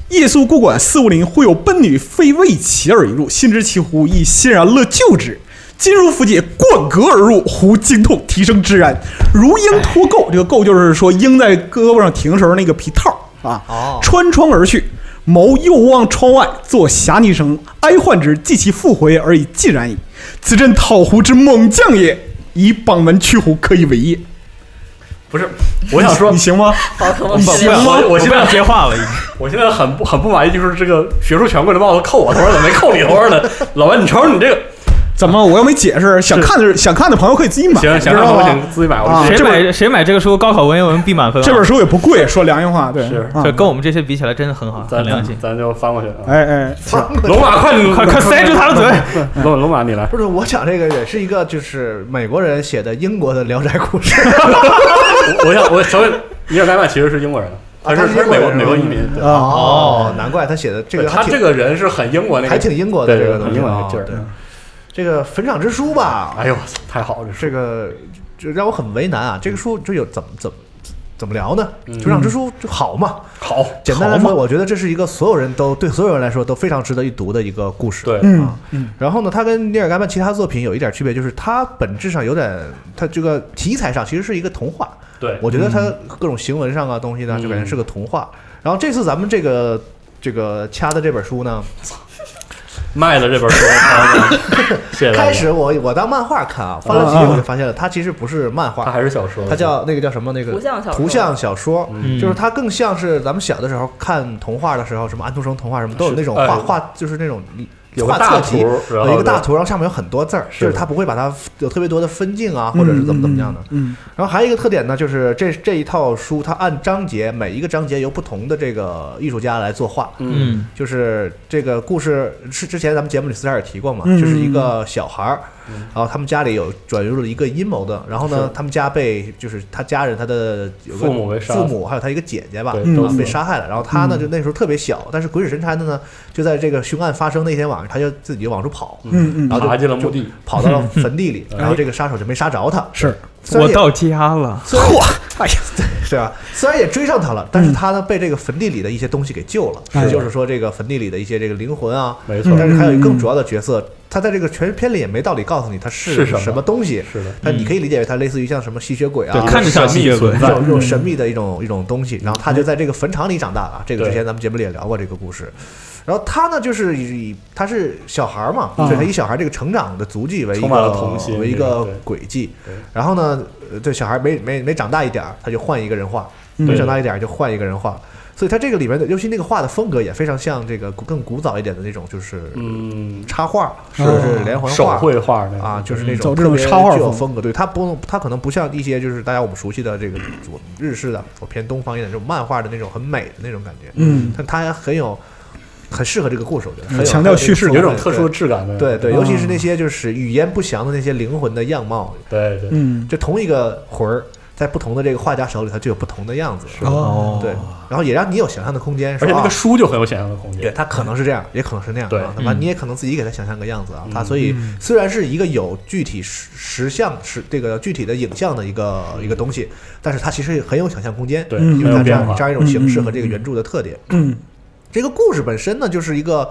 Speaker 2: 夜宿孤馆四五林，忽有奔女非为其而一入，心知其狐，亦欣然乐就之。今如弗解，贯膈而入，狐惊痛，提升之然，如鹰脱钩。这个钩就是说鹰在胳膊上停的时候那个皮套啊。
Speaker 1: 哦
Speaker 2: 穿窗而去。谋又望窗外，作侠逆声，哀患之，即其复回而以尽然矣。此朕讨狐之猛将也，以榜文驱狐，可以为也。
Speaker 3: 不是我想说
Speaker 2: 你，行吗？
Speaker 5: 宝可梦
Speaker 4: 不
Speaker 5: 系列
Speaker 4: 不想
Speaker 3: 我
Speaker 4: 我
Speaker 3: 我
Speaker 4: 不
Speaker 3: 现在
Speaker 4: 想接话了，已经。
Speaker 3: 我现在很不很不满意，就是这个学术权贵的帽子扣我头上，怎么没扣你头上呢？老白，你瞅瞅你这个，
Speaker 2: 怎么我又没解释？想看的想看的朋友可以自己买，
Speaker 3: 行，
Speaker 2: 知
Speaker 3: 想让
Speaker 2: 道
Speaker 3: 我
Speaker 2: 吗？
Speaker 3: 请自己买，我
Speaker 2: 啊
Speaker 3: 就
Speaker 4: 谁
Speaker 2: 这本
Speaker 4: 买谁买这个书，高考文言文必满分啊。
Speaker 2: 这本书也不贵，说良心话，对
Speaker 3: 是，
Speaker 2: 啊
Speaker 4: 就跟我们这些比起来，真的很好，很
Speaker 3: 啊咱
Speaker 4: 良心。
Speaker 3: 咱就翻过去啊。
Speaker 2: 哎哎，
Speaker 3: 龙马， 快
Speaker 4: 快快塞住他的嘴！
Speaker 3: 嘴！龙龙 马，你来。
Speaker 1: 不是，我讲这个也是一个就是美国人写的英国的《聊斋故 事》
Speaker 3: 我我想我稍微，尼尔盖曼其实是英国人，他是
Speaker 1: 啊他是
Speaker 3: 他是
Speaker 1: 英国
Speaker 3: 美
Speaker 1: 人是吧
Speaker 3: 国美国移民，对
Speaker 2: 啊
Speaker 1: 哦，难怪他写的这
Speaker 3: 对
Speaker 1: 个
Speaker 3: 他
Speaker 1: 还
Speaker 3: 这
Speaker 1: 挺
Speaker 3: 个人是很英国那个，
Speaker 1: 还挺英国的
Speaker 3: 对
Speaker 1: 这
Speaker 3: 对
Speaker 1: 个东西
Speaker 3: 英国那
Speaker 1: 啊
Speaker 3: 个劲儿
Speaker 1: 对这个《坟场之书》吧，
Speaker 3: 哎呦，我操太好了，
Speaker 1: 这
Speaker 3: 个
Speaker 1: 个就让我很为难啊。这个书就有怎么怎么怎么聊呢？
Speaker 3: 嗯
Speaker 1: 就让这书就好嘛。
Speaker 3: 好，
Speaker 1: 简单来说，我觉得这是一个所有人都对所有人来说都非常值得一读的一个故事。
Speaker 3: 对，
Speaker 2: 嗯
Speaker 1: 啊
Speaker 2: 嗯，
Speaker 1: 然后呢，它跟尼尔盖曼其他作品有一点区别，就是它本质上有点，它这个题材上其实是一个童话。
Speaker 3: 对，
Speaker 1: 我觉得
Speaker 3: 嗯
Speaker 1: 它各种行文上啊东西呢，就感觉是个童话。然后这次咱们这个这个掐的这本书呢，
Speaker 3: 卖了这 本书，啊谢谢大家。
Speaker 1: 开始我我当漫画看啊，翻了
Speaker 3: 嗯
Speaker 1: 几页我就发现了，它其实不是漫
Speaker 3: 他
Speaker 1: 画，
Speaker 3: 还是小说，
Speaker 1: 它叫那个叫什么那个
Speaker 5: 图像小说
Speaker 1: 图像小说。
Speaker 3: 嗯
Speaker 1: 就是它更像是咱们小的时候看童话的时候，什么安徒生童话什么都有
Speaker 3: 是
Speaker 1: 那种
Speaker 3: 哎
Speaker 1: 画画，就是那种
Speaker 3: 有个
Speaker 1: 画
Speaker 3: 大
Speaker 1: 册集，
Speaker 3: 图，然后
Speaker 1: 有一个大图，然后上面有很多字儿，
Speaker 3: 是
Speaker 1: 就是它不会把它有特别多的分镜啊，或者是怎么怎么样的。
Speaker 2: 嗯，
Speaker 1: 然后还有一个特点呢，就是这这一套书它按章节，每一个章节由不同的这个艺术家来作画。
Speaker 3: 嗯，
Speaker 4: 嗯，
Speaker 1: 就是这个故事是之前咱们节目里私下也提过嘛，
Speaker 2: 嗯
Speaker 1: 就是一个小孩儿，
Speaker 3: 嗯
Speaker 1: 然后他们家里有转入了一个阴谋的，然后呢
Speaker 3: 是，
Speaker 1: 他们家被就是他家人他的有个
Speaker 3: 父母被杀
Speaker 1: 父母还有他一个姐姐吧，
Speaker 3: 对，
Speaker 2: 嗯
Speaker 3: 都
Speaker 1: 啊
Speaker 3: 死
Speaker 1: 被
Speaker 3: 了
Speaker 1: 杀害了。然后他呢，
Speaker 2: 嗯
Speaker 1: 就那时候特别小，但是鬼使神差的呢，就在这个凶案发生那天晚上，他就自己就往出跑，
Speaker 2: 嗯
Speaker 1: 然
Speaker 2: 嗯
Speaker 1: 后就
Speaker 3: 爬进了墓地，
Speaker 1: 跑到了坟地 里，
Speaker 3: 嗯
Speaker 1: 然后这个杀手就没杀着他。
Speaker 2: 是，
Speaker 1: 虽然
Speaker 4: 嗯我
Speaker 1: 也
Speaker 4: 到家了。
Speaker 1: 虽然
Speaker 2: 哎呀，
Speaker 1: 是啊，虽然也追上他了，但是他呢被这个坟地里的一些东西给救了，
Speaker 2: 哎
Speaker 1: 也就是说这个坟地里的一些这个灵魂啊，
Speaker 3: 没错，
Speaker 1: 但是还有一个更
Speaker 2: 嗯
Speaker 1: 主要的角色，他在这个全片里也没道理告诉你他
Speaker 3: 是
Speaker 1: 是
Speaker 3: 什么
Speaker 1: 什么东西，
Speaker 3: 是的，
Speaker 1: 但你可以理解为它类似于像什么吸血鬼啊
Speaker 3: 对，
Speaker 4: 看着像
Speaker 3: 神秘
Speaker 4: 吸血鬼
Speaker 3: 存
Speaker 1: 这
Speaker 3: 在
Speaker 1: 种这种神秘的一种一种东西，然后他就在这个坟场里长大了。这个之前咱们节目里也聊过这个故事。然后他呢，就是以以他是小孩儿嘛，
Speaker 2: 啊
Speaker 1: 所以他以小孩这个成长的足迹为一
Speaker 3: 充满了
Speaker 1: 个
Speaker 3: 童心
Speaker 1: 为一
Speaker 3: 这
Speaker 1: 个
Speaker 3: 个对
Speaker 1: 轨迹
Speaker 3: 对。
Speaker 1: 然后呢，呃这小孩没没没长大一点儿，他就换一个人画；
Speaker 2: 嗯
Speaker 1: 没长大一点儿就换一个人画。所以他这个里面的，尤其那个画的风格也非常像这个古更古早一点的那种，就是
Speaker 3: 嗯，
Speaker 1: 插画，
Speaker 2: 是
Speaker 1: 或者是连环
Speaker 3: 手
Speaker 1: 画，
Speaker 3: 绘画那
Speaker 1: 啊，就是那
Speaker 2: 嗯
Speaker 1: 种
Speaker 2: 走这种
Speaker 1: 特别
Speaker 2: 插画
Speaker 1: 具有
Speaker 2: 风
Speaker 1: 风格，对它不，它可能不像一些就是大家我们熟悉的这个左日式的左偏东方一点这种漫画的那种很美的那种感觉，
Speaker 2: 嗯，
Speaker 1: 但它很有很适合这个故事，我觉得
Speaker 2: 嗯
Speaker 1: 很有
Speaker 2: 强调叙事
Speaker 3: 有
Speaker 1: 很
Speaker 2: 感
Speaker 3: 一
Speaker 1: 有
Speaker 3: 种特殊的质感的，
Speaker 1: 对对，
Speaker 2: 嗯
Speaker 1: 尤其是那些就是语言不详的那些灵魂的样貌，
Speaker 3: 对对，
Speaker 2: 嗯，
Speaker 1: 就同一个魂儿在不同的这个画家手里，它就有不同的样子，
Speaker 2: 哦，
Speaker 1: 对，然后也让你有想象的空间，
Speaker 3: 而且
Speaker 1: 说
Speaker 3: 那
Speaker 1: 啊
Speaker 3: 个书就很有想象的空
Speaker 1: 对，
Speaker 3: 间，
Speaker 1: 它可能是这样，也可能是那样。
Speaker 3: 嗯对
Speaker 1: 啊，那么
Speaker 4: 嗯
Speaker 1: 你也可能自己给它想象个样子啊。
Speaker 3: 嗯
Speaker 1: 它所以虽然是一个有具体实实像实这个具体的影像的一个一个东西，但是它其实很有想象空间，
Speaker 3: 嗯对，
Speaker 2: 嗯
Speaker 1: 因
Speaker 3: 很
Speaker 1: 为
Speaker 3: 有
Speaker 1: 它这
Speaker 3: 变
Speaker 1: 样
Speaker 3: 化
Speaker 1: 这，样一种形式
Speaker 2: 嗯嗯
Speaker 1: 和这个原著的特点。
Speaker 2: 嗯
Speaker 1: 这个故事本身呢，就是一个。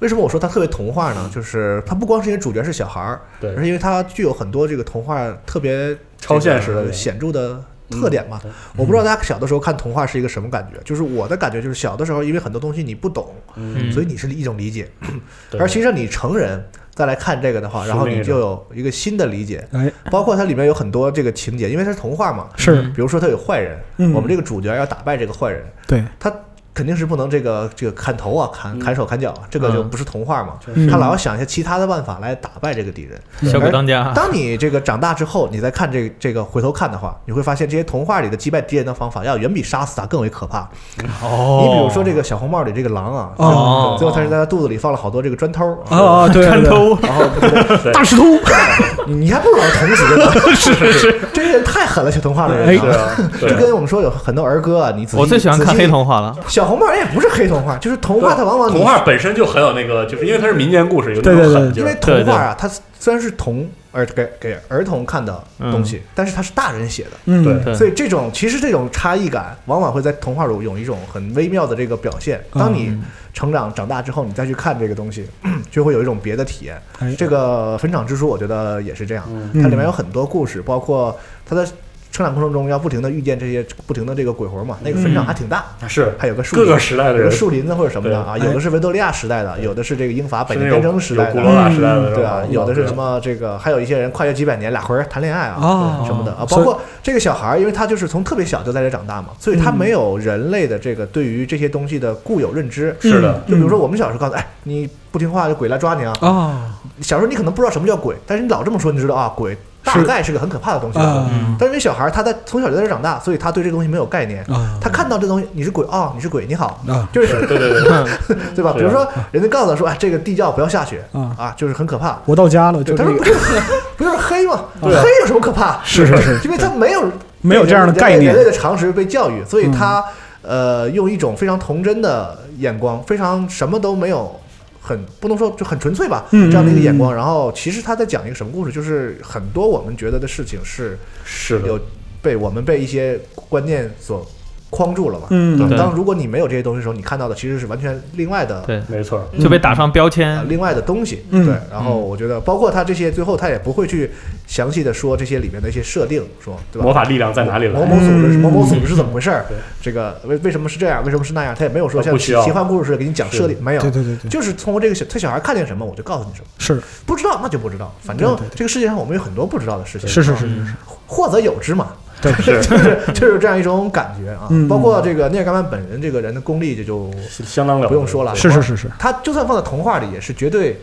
Speaker 1: 为什么我说它特别童话呢？就是它不光是因为主角是小孩儿，
Speaker 3: 嗯对
Speaker 1: 而是因为它具有很多这个童话特别
Speaker 3: 超现实
Speaker 1: 这
Speaker 3: 的
Speaker 1: 个
Speaker 3: 点嗯
Speaker 1: 显著的特点嘛。我不知道大家小的时候看童话是一个什么感觉，就是我的感觉就是小的时候，因为很多东西你不懂，
Speaker 4: 嗯
Speaker 1: 所以你是一种理解，
Speaker 3: 对
Speaker 1: 而其实你成人再来看这个的话，
Speaker 3: 是
Speaker 1: 然后
Speaker 3: 另一
Speaker 1: 你
Speaker 3: 种
Speaker 1: 就有一个新的理解，
Speaker 2: 哎，
Speaker 1: 包括它里面有很多这个情节，因为它是童话嘛，
Speaker 3: 嗯
Speaker 2: 是，
Speaker 1: 比如说它有坏人，
Speaker 2: 嗯
Speaker 1: 我们这个主角要打败这个坏人，
Speaker 2: 对，
Speaker 1: 他肯定是不能这个这个砍头啊、砍
Speaker 3: 嗯
Speaker 1: 砍手、砍脚啊，这个就不是童话嘛。
Speaker 2: 嗯
Speaker 1: 他老要想一些其他的办法来打败这个敌人。
Speaker 4: 小鬼当家
Speaker 3: 啊
Speaker 1: 而。当你这个长大之后，你再看这这个回头看的话，你会发现这些童话里的击败敌人的方法，要远比杀死他更为可怕。
Speaker 4: 哦
Speaker 1: 你比如说这个小红帽里这个狼啊，
Speaker 4: 哦
Speaker 1: 最后他是在他肚子里放了好多这个砖头儿
Speaker 2: 啊，啊，对，
Speaker 4: 看
Speaker 2: 对
Speaker 4: 透，
Speaker 1: 然后
Speaker 2: 大石头，
Speaker 1: 你你还不如把他捅死呢。是是是， 这些人太狠了，写童话的人
Speaker 3: 是
Speaker 1: 啊，
Speaker 3: 啊，
Speaker 1: 就
Speaker 3: 对
Speaker 1: 跟我们说有很多儿歌啊，你仔细
Speaker 4: 我最喜欢看黑。童话了。
Speaker 1: 仔细小红帽也不是黑童话，就是童话，它往往你
Speaker 3: 童话本身就很有那个，就是因为它是民间故事，有那
Speaker 2: 对
Speaker 3: 种
Speaker 2: 对对
Speaker 3: 狠劲
Speaker 1: 因为
Speaker 3: 儿，
Speaker 1: 童话啊，它虽然是童儿给给儿童看的东西，但是它是大人写的。
Speaker 2: 嗯，
Speaker 3: 对
Speaker 4: 对
Speaker 1: 所以这种其实这种差异感，往往会在童话中有一种很微妙的这个表现。当你成长长大之后，你再去看这个东西， 就会有一种别的体验。
Speaker 2: 哎
Speaker 1: 这个《坟场之书》，我觉得也是这样，
Speaker 3: 嗯
Speaker 1: 它里面有很多故事，包括它的成长过程中要不停的遇见这些不停的这个鬼魂嘛，那个坟场还挺大，
Speaker 3: 是
Speaker 1: 还有个树
Speaker 3: 各个
Speaker 1: 林
Speaker 3: 时代的
Speaker 1: 有
Speaker 3: 人
Speaker 1: 个，树林子或者什么的啊，
Speaker 2: 对
Speaker 1: 有的是维多利亚时代的，有的是这个英法百年战争时代
Speaker 3: 有古
Speaker 1: 的
Speaker 3: 罗，马时代的
Speaker 2: 嗯
Speaker 3: 人，
Speaker 1: 对啊，有的是什
Speaker 3: 么？
Speaker 1: 么这个，还有一些人跨越几百年俩魂儿谈恋爱啊。
Speaker 2: 啊
Speaker 1: 什么的啊，
Speaker 2: 所
Speaker 1: 包
Speaker 2: 以
Speaker 1: 括这个小孩儿，因为他就是从特别小就在这长大嘛，所以他没有人类的这个对于这些东西的固有认
Speaker 2: 嗯
Speaker 1: 知。
Speaker 3: 是的
Speaker 1: 就比如说我们小时候告诉，哎，你不听话就鬼来抓你啊。
Speaker 2: 啊，
Speaker 1: 小时候你可能不知道什么叫鬼，但是你老这么说，你知道啊，鬼大
Speaker 2: 是
Speaker 1: 概是个很可怕的东西。
Speaker 2: 啊
Speaker 1: 但是因为小孩儿他在从小就在这长大，所以他对这个东西没有概念。
Speaker 2: 啊
Speaker 1: 他看到这东西，你是鬼哦，你是鬼，你好，
Speaker 2: 啊
Speaker 1: 就是
Speaker 3: 对对对，
Speaker 1: 对吧？
Speaker 3: 是
Speaker 1: 比如说人家告诉他说，哎，这个地窖不要下雪
Speaker 2: 啊
Speaker 1: 啊，就是很可怕。
Speaker 2: 我到家了，
Speaker 1: 对，
Speaker 2: 就
Speaker 1: 他
Speaker 2: 这
Speaker 1: 说不
Speaker 2: 个
Speaker 1: 就是 不就是黑吗？
Speaker 3: 对啊
Speaker 1: 黑有什么可怕？
Speaker 2: 是是是，
Speaker 1: 因为他没有
Speaker 2: 没有这样的
Speaker 1: 人类
Speaker 2: 概念嗯
Speaker 1: 人类的常识被教育，所以他呃用一种非常童真的眼光，非常什么都没有。很不能说就很纯粹吧，
Speaker 2: 嗯
Speaker 1: 这样的一个眼光。然后其实他在讲一个什么故事，就是很多我们觉得的事情是
Speaker 3: 是的，
Speaker 1: 有被我们被一些观念所框住了嘛。
Speaker 2: 嗯
Speaker 1: 对
Speaker 4: 对
Speaker 1: 当如果你没有这些东西的时候，你看到的其实是完全另外的
Speaker 4: 对，
Speaker 3: 没错，
Speaker 4: 就被打上标
Speaker 1: 呃
Speaker 4: 签。
Speaker 1: 另外的东西。
Speaker 2: 嗯
Speaker 1: 对，然后我觉得包括他这些，最后他也不会去详细的说这些里面的一些设定，说对吧？
Speaker 3: 魔法力量在哪里
Speaker 1: 某
Speaker 3: 来？
Speaker 1: 某组是
Speaker 2: 嗯
Speaker 1: 某某组是怎么回事儿
Speaker 3: 对？
Speaker 1: 这个为为什么是这样？为什么是那样？他也没有说
Speaker 3: 呃
Speaker 1: 像
Speaker 3: 不
Speaker 1: 奇
Speaker 3: 需要
Speaker 1: 奇幻故事似的给你讲设定，没有
Speaker 2: 对，对对对，
Speaker 1: 就是通过这个小他小孩看见什么，我就告诉你什么，
Speaker 2: 是
Speaker 1: 不知道那就不知道。反正
Speaker 2: 对对对
Speaker 1: 这个世界上我们有很多不知道的事情，
Speaker 2: 是是是
Speaker 1: 啊，
Speaker 2: 是是，
Speaker 1: 或者有之嘛，
Speaker 2: 对
Speaker 1: 就是就是这样一种感觉啊
Speaker 2: 嗯。
Speaker 1: 包括这个聂尔盖曼本人这个人的功力，这就
Speaker 3: 相当了得，
Speaker 1: 不用说了，
Speaker 2: 是是是是，
Speaker 1: 他就算放在童话里，也是绝对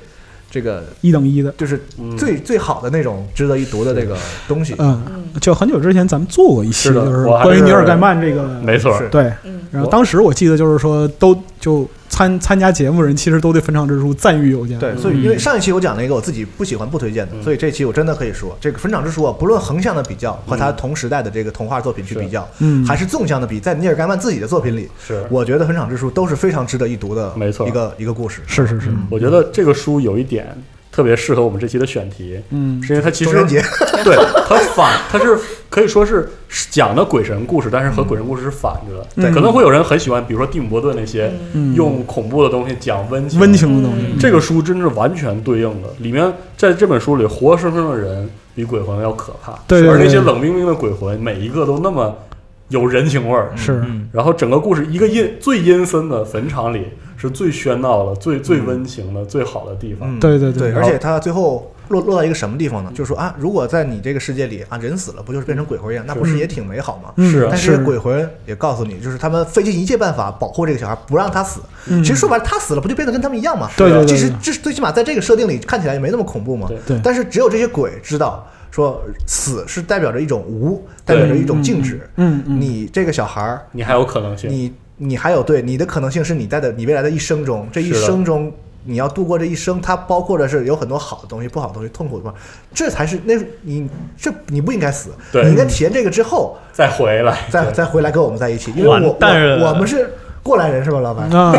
Speaker 1: 这个
Speaker 2: 一等一的。
Speaker 1: 就是
Speaker 3: 嗯，
Speaker 1: 最最好的那种值得一读的这个东西。
Speaker 2: 嗯，就很久之前咱们做过一期，
Speaker 3: 是的
Speaker 2: 就是
Speaker 3: 我还
Speaker 2: 关于
Speaker 3: 是
Speaker 2: 尼尔盖曼这个，
Speaker 3: 没错，
Speaker 1: 是
Speaker 2: 对。
Speaker 5: 嗯，
Speaker 2: 然后
Speaker 1: 我
Speaker 2: 当时我记得就是说，都就参参加节目人其实都对分场之书赞誉有加。
Speaker 1: 对，所以因为上一期我讲了一个我自己不喜欢、不推荐的，
Speaker 3: 嗯
Speaker 1: 所以这期我真的可以说，这个《坟场之书》啊，不论横向的比较和他同时代的这个童话作品去比较，
Speaker 2: 嗯，
Speaker 1: 还是纵向的比，在尼尔盖曼自己的作品里，
Speaker 3: 是
Speaker 1: 我觉得《坟场之书》都是非常值得一读的，
Speaker 3: 没错
Speaker 1: 一个一个故事。嗯
Speaker 2: 是是是，
Speaker 3: 我觉得这个书有一点特别适合我们这期的选题，
Speaker 2: 嗯，
Speaker 3: 是因为它其
Speaker 1: 中
Speaker 3: 实
Speaker 1: 元节
Speaker 3: 对它反，它是可以说是讲的鬼神故事，但是和鬼神故事是反着的。
Speaker 2: 对
Speaker 3: 可能会有人很喜欢，比如说蒂姆·波顿那些
Speaker 2: 嗯
Speaker 3: 用恐怖的东西讲温情。
Speaker 2: 温情的东西。
Speaker 3: 这个书真是完全对应的，里面在这本书里，活生生的人比鬼魂要可怕，
Speaker 2: 对对对
Speaker 3: 而那些冷冰冰的鬼魂，每一个都那么有人情味儿，
Speaker 2: 是
Speaker 4: 嗯，
Speaker 3: 然后整个故事一个阴最阴森的坟场里是最喧闹的、最最温情的、最好的地方。
Speaker 1: 嗯
Speaker 2: 对对
Speaker 1: 对，
Speaker 2: 对
Speaker 1: 而且他最后落落到一个什么地方呢？就是说啊，如果在你这个世界里啊，人死了不就是变成鬼魂一样，那不是也挺美好吗？
Speaker 2: 嗯
Speaker 3: 是啊
Speaker 1: 但
Speaker 2: 是
Speaker 1: 是鬼魂也告诉你，就是他们费尽一切办法保护这个小孩，不让他死。
Speaker 2: 嗯
Speaker 1: 其实说白了，他死了不就变得跟他们一样吗？
Speaker 2: 对对对
Speaker 1: 其实
Speaker 2: 对
Speaker 1: 这最起码在这个设定里看起来也没那么恐怖嘛。
Speaker 3: 对
Speaker 2: 对
Speaker 1: 但是只有这些鬼知道，说死是代表着一种无，代表着一种静止。
Speaker 2: 嗯嗯嗯嗯
Speaker 1: 你这个小孩儿，
Speaker 3: 你还有可能性，
Speaker 1: 你你还有对你的可能性是你在的你未来的一生中，这一
Speaker 3: 是的
Speaker 1: 生中你要度过这一生，它包括的是有很多好的东西、不好的东西、痛苦的地方，这才是那你这你不应该死，
Speaker 3: 对
Speaker 1: 你应该体验这个之
Speaker 2: 嗯
Speaker 1: 后
Speaker 3: 再回来，
Speaker 1: 再再回来跟我们在一起，因为我
Speaker 4: 完
Speaker 1: 我
Speaker 4: 蛋了
Speaker 1: 我们是过来人是吧，老板？
Speaker 2: 啊，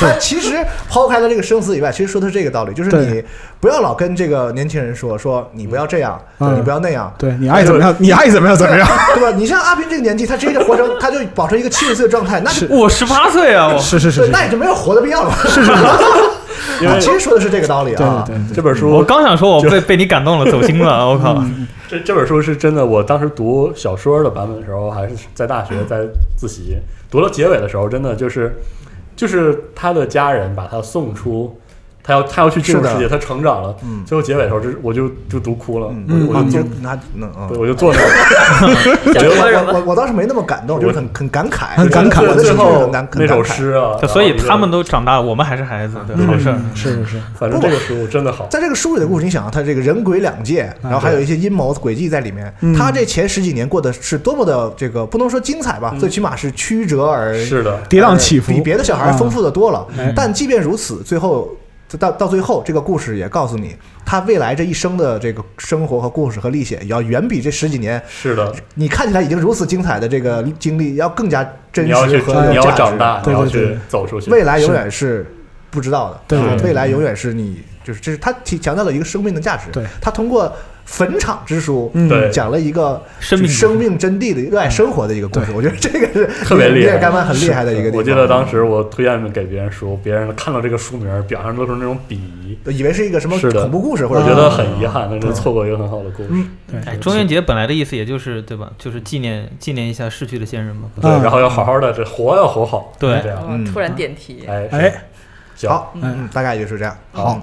Speaker 1: 但其实抛开了这个生死以外，其实说的是这个道理，就是
Speaker 2: 对
Speaker 1: 你不要老跟这个年轻人说说你不要这样，
Speaker 2: 嗯
Speaker 1: 你不要那样，
Speaker 2: 对你爱怎么样，你爱怎么样怎么 样。
Speaker 1: 对吧？你像阿斌这个年纪，他直接就活成，他就保持一个七十岁的状态，那就是
Speaker 4: 我十八岁啊，我
Speaker 2: 是是是
Speaker 1: 对，
Speaker 2: 是，
Speaker 1: 那也就没有活的必要了。是是
Speaker 3: 因为
Speaker 1: 其实说的是这个道理
Speaker 2: 对
Speaker 1: 啊。
Speaker 2: 对对
Speaker 3: 这本
Speaker 4: 我
Speaker 3: 书
Speaker 4: 刚想说，我被被你感 动了，走心了，我靠！
Speaker 2: 嗯
Speaker 3: 这这本书是真的，我当时读小说的版本的时候，还是在大学在自习，读到结尾的时候，真的就是就是他的家人把他送出。他要他要去进入
Speaker 1: 是的
Speaker 3: 世界，他成长了。
Speaker 1: 嗯
Speaker 3: 最后结尾的时候，这我就就读哭了，
Speaker 1: 嗯，
Speaker 2: 嗯
Speaker 1: 我我
Speaker 2: 嗯
Speaker 1: 就那那嗯
Speaker 3: 对，我就坐那儿，
Speaker 5: 想说什
Speaker 1: 我我
Speaker 5: 么？
Speaker 1: 我我倒是没那么感动，就是很很感慨，
Speaker 2: 很感慨
Speaker 1: 我的
Speaker 3: 最
Speaker 1: 情绪
Speaker 3: 后
Speaker 1: 很感很
Speaker 3: 那
Speaker 1: 感
Speaker 3: 首
Speaker 1: 慨。
Speaker 3: 诗啊，然后
Speaker 4: 所以
Speaker 3: 一个
Speaker 4: 他们都长大，我们还是孩子，对，好事儿。
Speaker 2: 嗯是是是，
Speaker 3: 反正这个书真的好，
Speaker 1: 在这个书里的故事，你想啊，他这个人鬼两界，
Speaker 3: 嗯
Speaker 1: 然后还有一些阴谋诡计在里面
Speaker 2: 嗯。
Speaker 1: 他这前十几年过得是多么的这个，不能说精彩吧，最起码是曲折而
Speaker 3: 嗯是的，
Speaker 2: 跌宕起伏
Speaker 1: 比。别的小孩丰富的多了
Speaker 2: 嗯。
Speaker 1: 但即便如此，最后到到最后，这个故事也告诉你，他未来这一生的这个生活和故事和历险，也要远比这十几年
Speaker 3: 是的，
Speaker 1: 你看起来已经如此精彩的这个经历，要更加真
Speaker 3: 你
Speaker 1: 实
Speaker 3: 要
Speaker 1: 和
Speaker 3: 去，
Speaker 1: 有
Speaker 3: 你要
Speaker 1: 价值
Speaker 3: 长大，你
Speaker 2: 对
Speaker 3: 要
Speaker 2: 对
Speaker 3: 去
Speaker 2: 对
Speaker 3: 走出去。
Speaker 1: 未来永远是不知道的，
Speaker 2: 对
Speaker 1: 啊
Speaker 3: 对对
Speaker 1: 未来永远是你就是这是他提强调了一个生命的价值。
Speaker 2: 对，
Speaker 1: 他通过坟场之书，
Speaker 2: 嗯
Speaker 3: 对
Speaker 1: 讲了一个
Speaker 4: 生命
Speaker 1: 就生命真谛的热爱生活的一个故事。
Speaker 2: 对
Speaker 1: 我觉得这个是
Speaker 3: 特别厉害
Speaker 1: 叶干曼很厉害的一个地方。
Speaker 3: 我记得当时我推荐给别人书，别人看到这个书名儿，表上都是那种鄙夷，
Speaker 1: 以为是一个什么
Speaker 3: 是的
Speaker 1: 恐怖故事，或
Speaker 3: 我
Speaker 1: 者
Speaker 3: 觉得很遗
Speaker 1: 啊
Speaker 3: 憾，那真错过一个很好的故事。
Speaker 2: 嗯
Speaker 4: 哎，中元节本来的意思也就是对吧？就是纪念纪念一下逝去的先人嘛。
Speaker 3: 对，
Speaker 2: 嗯
Speaker 3: 然后要好好的，这活要活好，
Speaker 4: 对
Speaker 3: 这样，
Speaker 5: 哦
Speaker 1: 嗯
Speaker 5: 突然点题，
Speaker 3: 哎
Speaker 2: 哎
Speaker 3: 哎，行，
Speaker 1: 好，
Speaker 2: 哎
Speaker 1: 嗯，大概就是这样。
Speaker 2: 好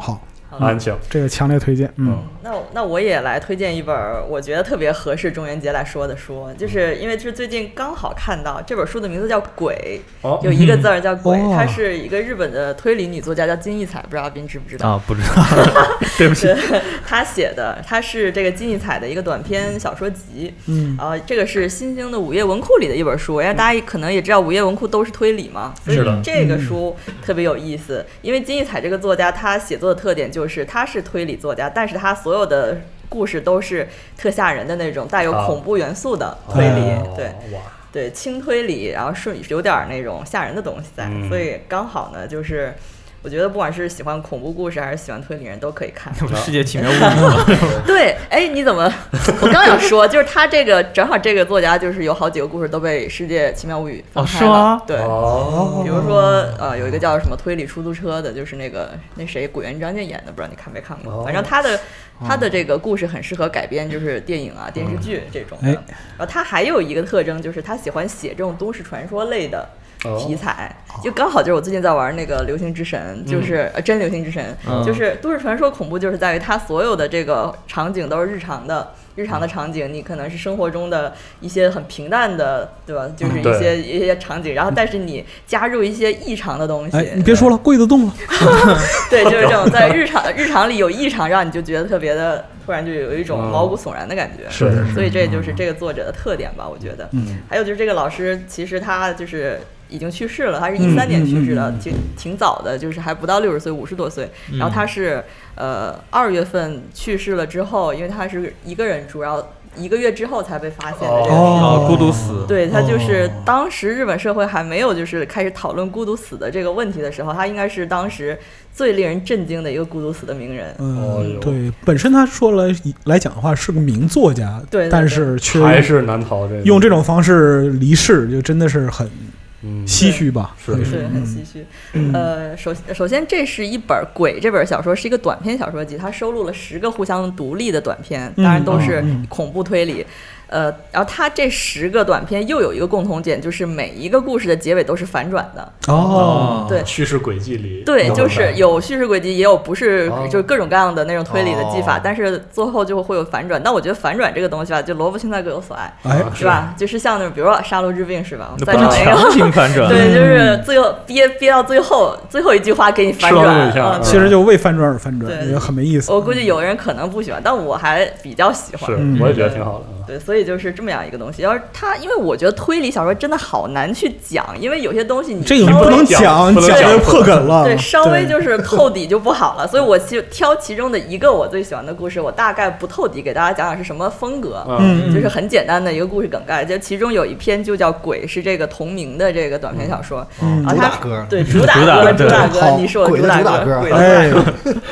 Speaker 2: 好，
Speaker 3: 安静，
Speaker 2: 这个强烈推荐，嗯，
Speaker 5: 那我那我也来推荐一本儿我觉得特别合适中元节来说的书，就是因为是最近刚好看到这本书的名字叫《鬼》，
Speaker 3: 哦嗯
Speaker 5: 有一个字儿叫“鬼”，
Speaker 2: 哦
Speaker 5: 她是一个日本的推理女作家，叫金一彩，不知道阿斌知不知道？
Speaker 4: 啊，不知道，对不起。
Speaker 5: 她写的，她是这个金一彩的一个短篇小说集，
Speaker 2: 嗯
Speaker 5: 啊，这个是新兴的午夜文库里的一本书，因哎为大家也可能也知道午夜文库都是推理嘛，所以
Speaker 3: 是的嗯
Speaker 5: 这个书特别有意思。因为金一彩这个作家，他写作的特点就是他是推理作家，但是他所有的故事都是特吓人的那种带有
Speaker 3: 啊
Speaker 5: 恐怖元素的推理，
Speaker 3: 哦
Speaker 5: 对。
Speaker 3: 哇，
Speaker 5: 对轻推理，然后顺有点儿那种吓人的东西在，
Speaker 3: 嗯
Speaker 5: 所以刚好呢，就是我觉得不管是喜欢恐怖故事还是喜欢推理人都可以 看。
Speaker 4: 那不 是世界奇妙物语吗？
Speaker 5: 对，哎，你怎么？我刚想说，就是他这个正好这个作家就是有好几个故事都被《世界奇妙物语》翻
Speaker 4: 哦
Speaker 5: 拍
Speaker 4: 是
Speaker 5: 了，
Speaker 4: 吗
Speaker 5: 对。
Speaker 3: 哦，
Speaker 5: 比如说，呃，有一个叫什么推理出租车的，就是那个那谁古元章介演的，不知道你看没看过。
Speaker 3: 哦嗯
Speaker 5: 反正他的他的这个故事很适合改编，就是电影啊、电视剧这种的。
Speaker 2: 哎
Speaker 5: 然后他还有一个特征就是他喜欢写这种都市传说类的
Speaker 3: 哦
Speaker 5: 题材，就刚好就是我最近在玩那个《流星之神》，就是、呃真《流星之神》
Speaker 4: 嗯
Speaker 5: 就是都市传说恐怖，就是在于它所有的这个场景都是日常的。日常的场景，你可能是生活中的一些很平淡的，对吧？就是
Speaker 3: 对
Speaker 5: 一些一些场景，然后但是你加入一些异常的东西，
Speaker 2: 哎，你别说了，柜子动了，
Speaker 5: 对，就是 这种在日常日常里有异常，让你就觉得特别的，突然就有一种毛骨悚然的感觉。
Speaker 3: 是是
Speaker 5: 所以这就是这个作者的特点吧，我觉得。
Speaker 2: 嗯，
Speaker 5: 还有就是这个老师，其实他就是已经去世了，他是
Speaker 2: 嗯
Speaker 5: 一三年去世的，挺挺早的，就是还不到六十岁，五十多岁。然后他是呃二月份去世了之后，因为他是一个人住，然后一个月之后才被发现的这个
Speaker 2: 哦
Speaker 5: 事
Speaker 4: 啊，孤独死。
Speaker 5: 对他就是
Speaker 2: 哦
Speaker 5: 当时日本社会还没有就是开始讨论孤独死的这个问题的时候，他应该是当时最令人震惊的一个孤独死的名人。
Speaker 3: 哦
Speaker 2: 嗯
Speaker 3: 呦，
Speaker 2: 对，本身他说来来讲的话是个名作家，
Speaker 5: 对对
Speaker 2: 但是却
Speaker 3: 还是难逃这个
Speaker 2: 用这种方式离世，就真的是很
Speaker 3: 嗯
Speaker 2: 唏嘘吧，
Speaker 3: 是的
Speaker 2: 可以说
Speaker 5: 对，很唏
Speaker 2: 嗯
Speaker 5: 嘘。呃，首首先，这是一本《鬼》这本小说，是一个短篇小说集，它收录了十个互相独立的短篇，
Speaker 2: 嗯
Speaker 5: 当然都是
Speaker 2: 嗯嗯
Speaker 5: 恐怖推理。呃，然后它这十个短篇又有一个共同点，就是每一个故事的结尾都是反转的。
Speaker 2: 哦，
Speaker 5: 对
Speaker 3: 叙事轨迹里，
Speaker 5: 对，就是有叙事轨迹，也有不是
Speaker 3: 哦，
Speaker 5: 就是各种各样的那种推理的技
Speaker 3: 哦
Speaker 5: 法，但是最后就会有反转。但我觉得反转这个东西吧，就萝卜青菜各有所爱，
Speaker 2: 哎，
Speaker 3: 啊
Speaker 5: 是吧？就是像那种，比如说杀戮之病是吧？
Speaker 4: 那
Speaker 5: 再
Speaker 4: 不
Speaker 5: 找
Speaker 4: 能
Speaker 5: 一个
Speaker 4: 强行反转。
Speaker 5: 对，就是最后憋憋到最后最后一句话给你反
Speaker 3: 吃到
Speaker 5: 转
Speaker 3: 那一下
Speaker 5: 啊
Speaker 3: 嗯
Speaker 2: 其实就为翻转而翻转，
Speaker 5: 对哦
Speaker 2: 也很没意思。
Speaker 5: 我估计有的人可能不喜欢，但我还比较喜
Speaker 3: 是
Speaker 5: 欢。，
Speaker 3: 我也觉得挺
Speaker 2: 哦
Speaker 3: 好的。嗯
Speaker 5: 对，所以就是这么样一个东西。要是他，因为我觉得推理小说真的好难去讲，因为有些东西你
Speaker 2: 这个你
Speaker 5: 稍
Speaker 2: 不
Speaker 5: 微
Speaker 2: 能讲，
Speaker 3: 不能
Speaker 2: 讲
Speaker 3: 讲
Speaker 2: 就破梗了。
Speaker 5: 对，稍微就是透底就不好了，所以我就挑其中的一个我最喜欢的故事，我大概不透底给大家讲讲是什么风格，
Speaker 2: 嗯，嗯，
Speaker 5: 就是很简单的一个故事梗概。就其中有一篇就叫《鬼》，是这个同名的这个短篇小说，
Speaker 2: 嗯
Speaker 5: 然
Speaker 1: 主
Speaker 5: 后它
Speaker 1: 打啊歌
Speaker 5: 对主打
Speaker 4: 主打
Speaker 5: 歌，
Speaker 4: 对
Speaker 5: 主打歌，
Speaker 2: 好
Speaker 5: 你说
Speaker 1: 鬼的
Speaker 5: 打
Speaker 1: 主打歌
Speaker 5: 鬼的主打
Speaker 2: 哎
Speaker 5: 歌。，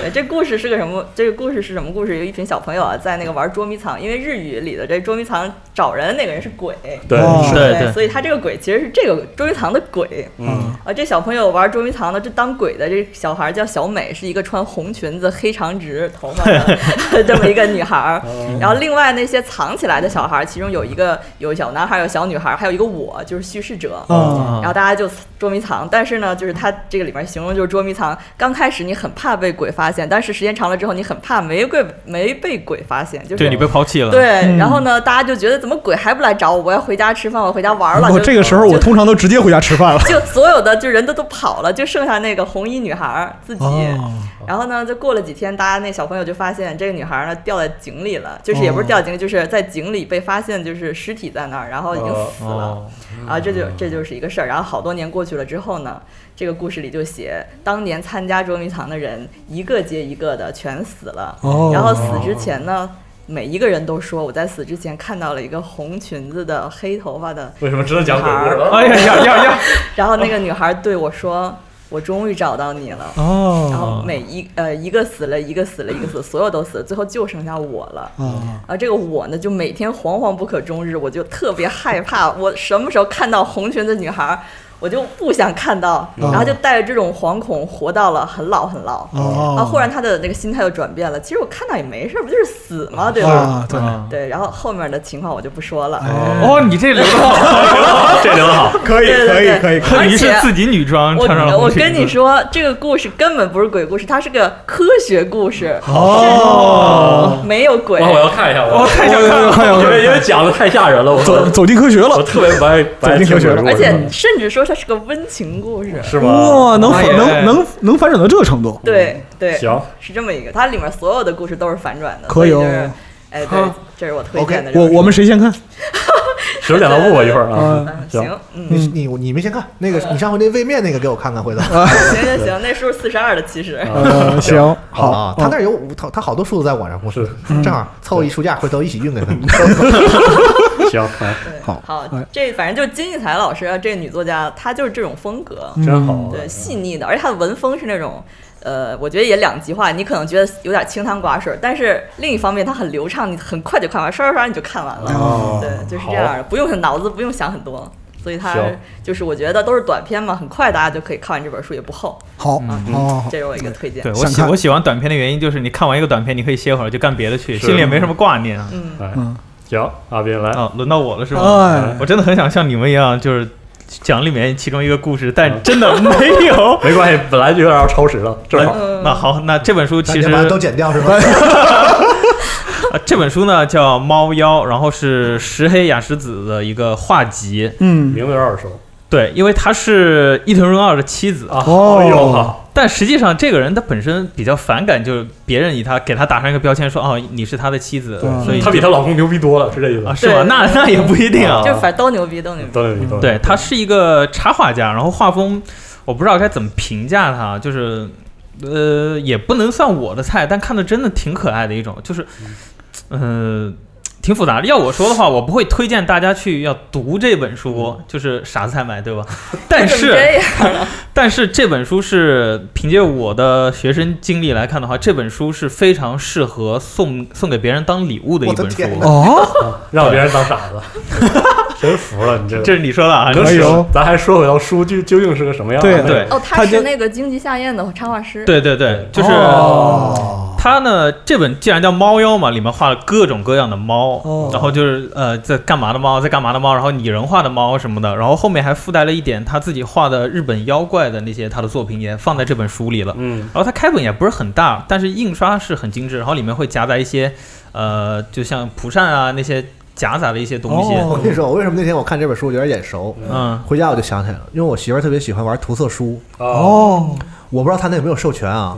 Speaker 5: 对，这故事是个什么？这个故事是什么故事？有一群小朋友啊，在那个玩捉迷藏，因为日语里的这捉迷藏找人的那个人是鬼，
Speaker 3: 对，
Speaker 2: 哦
Speaker 3: 是
Speaker 4: 对对
Speaker 5: 所以他这个鬼其实是这个捉迷藏的鬼。
Speaker 3: 嗯，
Speaker 5: 啊，这小朋友玩捉迷藏的，这当鬼的这小孩叫小美，是一个穿红裙子、黑长直头发 的这么一个女孩儿。然后另外那些藏起来的小孩儿，其中有一个有小男孩，有小女孩，还有一个我，就是叙事者。
Speaker 2: 啊，
Speaker 4: 哦
Speaker 5: 然后大家就捉迷藏，但是呢，就是它这个里面形容就是捉迷藏。刚开始你很怕被鬼发现，但是时间长了之后，你很怕没鬼没被鬼发现，就是
Speaker 4: 对你被抛弃
Speaker 2: 嗯
Speaker 4: 了。
Speaker 5: 对然后呢，大家就觉得怎么鬼还不来找我？我要回家吃饭，我回家玩了。
Speaker 2: 我
Speaker 5: 就
Speaker 2: 这个时候我
Speaker 5: 就
Speaker 2: 通常都直接回家吃饭了。
Speaker 5: 就所有的就人都都跑了，就剩下那个红衣女孩儿自己。
Speaker 2: 哦，
Speaker 5: 然后呢，就过了几天，大家那小朋友就发现这个女孩呢掉在井里了，就是也不是
Speaker 2: 哦
Speaker 5: 掉井里，就是在井里被发现，就是尸体在那儿，然后已经死了。
Speaker 4: 哦，
Speaker 5: 啊，这就这就是一个事儿。然后好多年过去了之后呢，这个故事里就写，当年参加捉迷藏的人一个接一个的全死了，
Speaker 2: 哦
Speaker 5: 然后死之前呢。每一个人都说，我在死之前看到了一个红裙子的黑头发的
Speaker 3: 为什么只能讲鬼故事了？
Speaker 4: 哎呀呀呀呀！
Speaker 5: 然后那个女孩对我说：“我终于找到你了。然后
Speaker 2: 哦
Speaker 5: 每一呃一个死了，一个死了，一个死了，所有都死了，最后就剩下我了。
Speaker 2: 啊，
Speaker 5: 啊，这个我呢，就每天惶惶不可终日，我就特别害怕，我什么时候看到红裙子女孩儿，我就不想看到，
Speaker 2: 哦
Speaker 5: 然后就带着这种惶恐活到了很老很老。
Speaker 2: 哦
Speaker 5: 啊，忽然他的那个心态又转变了，其实我看到也没事儿，不就是死吗？对吧？
Speaker 2: 啊，对，
Speaker 4: 啊
Speaker 5: 对，然后后面的情况我就不说了。
Speaker 2: 哎，
Speaker 4: 哦，你这留的好，
Speaker 3: 啊 这留的好，
Speaker 1: 可以
Speaker 5: 对对
Speaker 1: 可以
Speaker 5: 对
Speaker 1: 可以，可以
Speaker 5: 而
Speaker 4: 你是
Speaker 5: 且
Speaker 4: 自己女装
Speaker 5: 我
Speaker 4: 穿上了
Speaker 5: 我
Speaker 4: 红裙
Speaker 5: 跟你
Speaker 4: 子
Speaker 5: 说，这个故事根本不是鬼故事，它是个科学故事，
Speaker 2: 哦，
Speaker 5: 没有鬼。
Speaker 3: 哇，我要看一下，我
Speaker 4: 我太想看了，
Speaker 2: 看
Speaker 3: 因为因为讲的太吓人了，我
Speaker 2: 哎走走进科学
Speaker 3: 我
Speaker 2: 了，
Speaker 3: 特别不爱不爱
Speaker 2: 走进
Speaker 3: 听
Speaker 2: 科学了
Speaker 3: 鬼故
Speaker 5: 而
Speaker 3: 事
Speaker 5: 且甚至说它是个温情故事。
Speaker 3: 是吗？
Speaker 2: 哇，能
Speaker 4: 哎呀
Speaker 2: 能能能反转到这个程度，
Speaker 5: 对对，
Speaker 3: 行，
Speaker 5: 是这么一个，它里面所有的故事都是反转的，
Speaker 2: 可以
Speaker 5: 所
Speaker 2: 哦
Speaker 5: 就是哎，对
Speaker 1: 好，
Speaker 5: 这是我推荐的这
Speaker 2: 我
Speaker 5: 本书。
Speaker 2: 我们谁先看？
Speaker 3: 只有两道步吧，一会儿啊。
Speaker 2: 啊，
Speaker 5: 嗯
Speaker 3: 行
Speaker 5: 行，嗯，
Speaker 1: 你你你们先看那
Speaker 2: 嗯
Speaker 1: 个，你上回那位面那个给我看看，回头。
Speaker 2: 啊
Speaker 5: 行行行，那书是四十二的，其实
Speaker 2: 呃， 行，好嗯
Speaker 1: 啊，，他那儿有五他他好多数字在网上公示，正好凑一书架，回头一起运给他。
Speaker 3: 行，啊
Speaker 5: 对
Speaker 2: 好
Speaker 5: 好
Speaker 2: 哎，
Speaker 5: 这反正就是金逸才老师啊，这个女作家，她就是这种风格，
Speaker 2: 嗯
Speaker 3: 真好。
Speaker 5: 对，细腻的，而且她的文风是那种。呃，我觉得也两极化，你可能觉得有点清汤寡水，但是另一方面它很流畅，你很快就看完，刷刷刷你就看完
Speaker 2: 嗯
Speaker 5: 了。
Speaker 3: 哦
Speaker 5: 对，就是这样的，不用脑子不用想很多，所以它
Speaker 3: 行
Speaker 5: 就是我觉得都是短片嘛，很快大家就可以看完这本书，也不厚。
Speaker 2: 好，
Speaker 5: 嗯
Speaker 2: 好，好，
Speaker 5: 这是我一个推荐。
Speaker 4: 哦对我
Speaker 2: 想
Speaker 4: 喜
Speaker 2: 看
Speaker 4: 我喜欢短片的原因就是你看完一个短片，你可以歇会儿就干别的去，
Speaker 3: 是
Speaker 4: 心里也没什么挂念啊。
Speaker 5: 嗯，
Speaker 3: 哎
Speaker 2: 嗯，
Speaker 3: 行，阿斌来，
Speaker 4: 啊，轮到我了是吗？
Speaker 2: 哎，
Speaker 4: 我真的很想像你们一样，就是讲里面其中一个故事，但真的没 有。
Speaker 3: 没关系，本来就有点超时了，正好。
Speaker 5: 嗯
Speaker 4: 那好，那这本书其 实
Speaker 1: 把都剪掉是吧？
Speaker 4: 啊，这本书呢叫《猫妖》，然后是石黑雅石子的一个画集。
Speaker 2: 嗯，
Speaker 3: 名字有点耳熟
Speaker 4: 对，因为她是伊藤润二的妻子，
Speaker 3: 啊！
Speaker 2: 哦
Speaker 3: 哎呦哈，
Speaker 4: 但实际上这个人他本身比较反感，就是别人以他给他打上一个标签说哦你是他的妻子
Speaker 2: 对，
Speaker 4: 所以
Speaker 3: 她比她老公牛逼多了，是这意思
Speaker 4: 啊
Speaker 2: 哎
Speaker 3: 吗？
Speaker 4: 是吗？
Speaker 5: 对
Speaker 4: 那那也不一定啊
Speaker 3: 哦。
Speaker 5: 就反正都牛逼，都牛逼。
Speaker 3: 都牛逼，都牛逼
Speaker 4: 对，他是一个插画家，然后画风我不知道该怎么评价他，啊就是呃也不能算我的菜，但看着真的挺可爱的一种，就是呃挺复杂的。要我说的话，我不会推荐大家去要读这本书，就是傻子才买对吧？但
Speaker 5: 怎么
Speaker 4: 是
Speaker 5: 这样
Speaker 4: 但是这本书是凭借我的学生经历来看的话，这本书是非常适合送送给别人当礼物的一本书
Speaker 1: 我的。天
Speaker 2: 哦，
Speaker 3: 啊让别人当傻 子，真服了你这
Speaker 4: 这。是你说的啊？
Speaker 3: 能
Speaker 2: 哎
Speaker 3: 行
Speaker 2: 呦，
Speaker 3: 咱还说回到书究究竟是个什么样的？
Speaker 2: 对
Speaker 4: 对
Speaker 5: 哦，
Speaker 2: 他
Speaker 5: 他
Speaker 2: 就是
Speaker 5: 那个荆棘夏彦的插画师。，
Speaker 4: 对对对，就是
Speaker 2: 哦，
Speaker 4: 他呢，这本既然叫猫妖嘛，里面画了各种各样的猫，
Speaker 2: 哦
Speaker 4: 然后就是呃，在干嘛的猫，在干嘛的猫，然后拟人化的猫什么的，然后后面还附带了一点他自己画的日本妖怪的那些他的作品也放在这本书里了。
Speaker 3: 嗯，
Speaker 4: 然后它开本也不是很大，但是印刷是很精致，然后里面会夹杂一些，呃，就像蒲扇啊那些夹杂的一些东西，
Speaker 1: 我
Speaker 2: 哦
Speaker 1: 跟你说，我为什么那天我看这本书有点眼熟，
Speaker 4: 嗯，
Speaker 1: 回家我就想起来了，因为我媳妇儿特别喜欢玩涂色书，
Speaker 3: 哦，
Speaker 2: 哦，
Speaker 1: 我不知道她那有没有授权啊，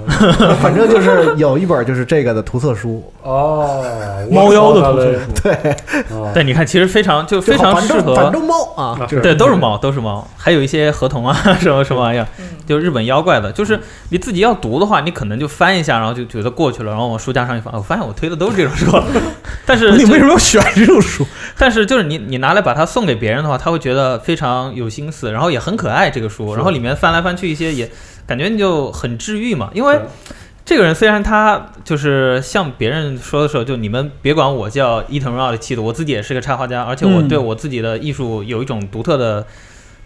Speaker 1: 反正就是有一本就是这个的涂色书，
Speaker 3: 哦，
Speaker 2: 猫妖的图书
Speaker 3: 对， 哦
Speaker 4: 对，你看其实非常就
Speaker 1: 就
Speaker 4: 非常
Speaker 1: 反
Speaker 4: 适
Speaker 1: 正
Speaker 4: 合
Speaker 1: 反，正猫啊，
Speaker 3: 就是
Speaker 4: 对，都是猫，都是猫，还有一些合同啊什么什么玩意儿，
Speaker 5: 嗯，
Speaker 4: 就日本妖怪的，就是你自己要读的话，你可能就翻一下，然后就觉得过去了，然后往书架上一放，哦我发现我推的都是这种书， 但是
Speaker 2: 你
Speaker 4: 就
Speaker 2: 为什么要选这种书？
Speaker 4: 但是就是你你拿来把它送给别人的话，他会觉得非常有心思，然后也很可爱这个书，
Speaker 3: 是
Speaker 4: 然后里面翻来翻去一些也感觉你就很治愈嘛，因为
Speaker 3: 是。
Speaker 4: 这个人虽然他就是向别人说的时候，就你们别管我叫伊藤润二的妻子，我自己也是个插画家，而且我
Speaker 2: 嗯
Speaker 4: 对我自己的艺术有一种独特的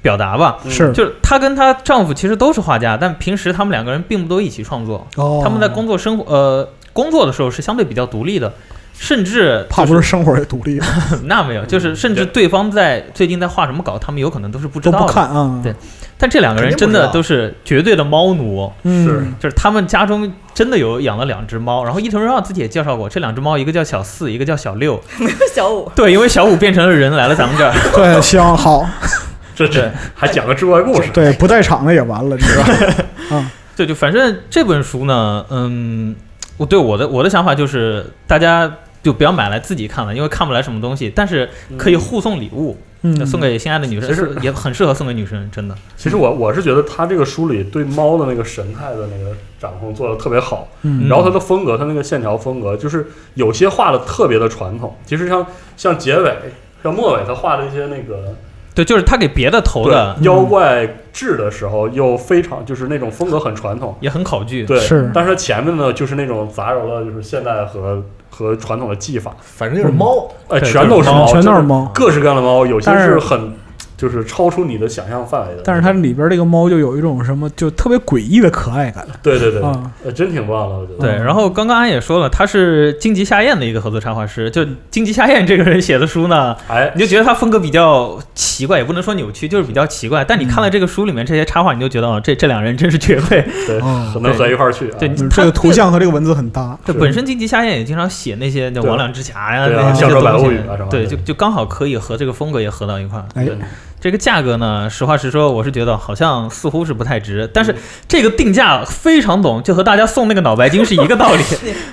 Speaker 4: 表达吧。
Speaker 3: 嗯
Speaker 2: 是
Speaker 4: 就是她跟她丈夫其实都是画家，但平时他们两个人并不都一起创作，
Speaker 2: 哦，
Speaker 4: 他们在工作生活呃工作的时候是相对比较独立的，甚至
Speaker 2: 怕不是生活也独立，
Speaker 4: 那没有，就是甚至对方在最近在画什么稿，他们有可能都是不知
Speaker 2: 都
Speaker 4: 道
Speaker 2: 不
Speaker 4: 的。
Speaker 2: 看啊，
Speaker 4: 对但这两个人真的
Speaker 1: 肯定不知道
Speaker 4: 都是绝对的猫奴，
Speaker 2: 嗯，
Speaker 3: 是
Speaker 4: 就是他们家中真的有养了两只猫，然后伊藤润二自己也介绍过，这两只猫一个叫小四，一个叫小六。
Speaker 5: 没有 小 五，
Speaker 4: 对，因为小五变成了人来了咱们这 儿。
Speaker 2: 对，行好，
Speaker 3: 这这
Speaker 4: 对
Speaker 3: 还讲个志怪故事，
Speaker 2: 对，不在场的也完了，这 个，
Speaker 4: 对，就反正这本书呢，嗯，我对我的我的想法就是，大家就不要买来自己看了，因为看不来什么东西，但是可以互送礼物，
Speaker 2: 嗯，
Speaker 4: 送给心爱的女
Speaker 3: 其
Speaker 4: 生，
Speaker 3: 实
Speaker 4: 是也很适合送给女生，真的。
Speaker 3: 其实我我是觉得他这个书里对猫的那个神态的那个掌控做的特别好，
Speaker 2: 嗯，
Speaker 3: 然后他的风格，他那个线条风格，就是有些画的特别的传统。其实像像结尾、像末尾，他画的一些那个
Speaker 4: 对，就是他给别的投的
Speaker 3: 对妖怪志的时候又非常就是那种风格很传统，
Speaker 4: 也很考据，
Speaker 3: 对，
Speaker 2: 是
Speaker 3: 但是前面呢就是那种杂糅了就是现代和和传统的技法，
Speaker 1: 反正就是猫，
Speaker 3: 哎，
Speaker 4: 对
Speaker 3: 全都是猫，
Speaker 2: 全都
Speaker 3: 就是
Speaker 2: 猫。
Speaker 3: 各式各样的猫，有些
Speaker 2: 但是
Speaker 3: 是很就是超出你的想象范围的，
Speaker 2: 但是它里边这个猫就有一种什么，就特别诡异的可爱感
Speaker 3: 对对对，
Speaker 2: 啊，
Speaker 3: 呃，真挺棒的，我觉得。
Speaker 4: 对，
Speaker 2: 嗯
Speaker 4: 然后刚刚安也说了，他是荆棘夏彦的一个合作插画师。就荆棘夏彦这个人写的书 呢，
Speaker 3: 哎，
Speaker 4: 你就觉得他风格比较奇怪，也不能说扭曲，就是比较奇怪。但你看了这个书里面这些插画，你就觉得哦，这这两人真是绝 配。
Speaker 3: 对，
Speaker 2: 哦
Speaker 3: 很能合一块儿去啊。
Speaker 4: 对，
Speaker 2: 就是
Speaker 4: 他
Speaker 2: 这个图。像和这个文字很搭。
Speaker 4: 对，本身荆棘夏彦也经常写那些叫
Speaker 3: 对
Speaker 4: 魍魉之匣呀、
Speaker 3: 对
Speaker 2: 啊
Speaker 4: 那些
Speaker 2: 像
Speaker 4: 东
Speaker 3: 说
Speaker 4: 西，
Speaker 3: 百物语啊什么的
Speaker 4: 对，就就刚好可以和这个风格也合到一块儿。
Speaker 2: 哎
Speaker 3: 对，
Speaker 4: 这个价格呢，实话实说，我是觉得好像似乎是不太值，但
Speaker 3: 嗯
Speaker 4: 是这个定价非常懂，就和大家送那个脑白金是一个道理。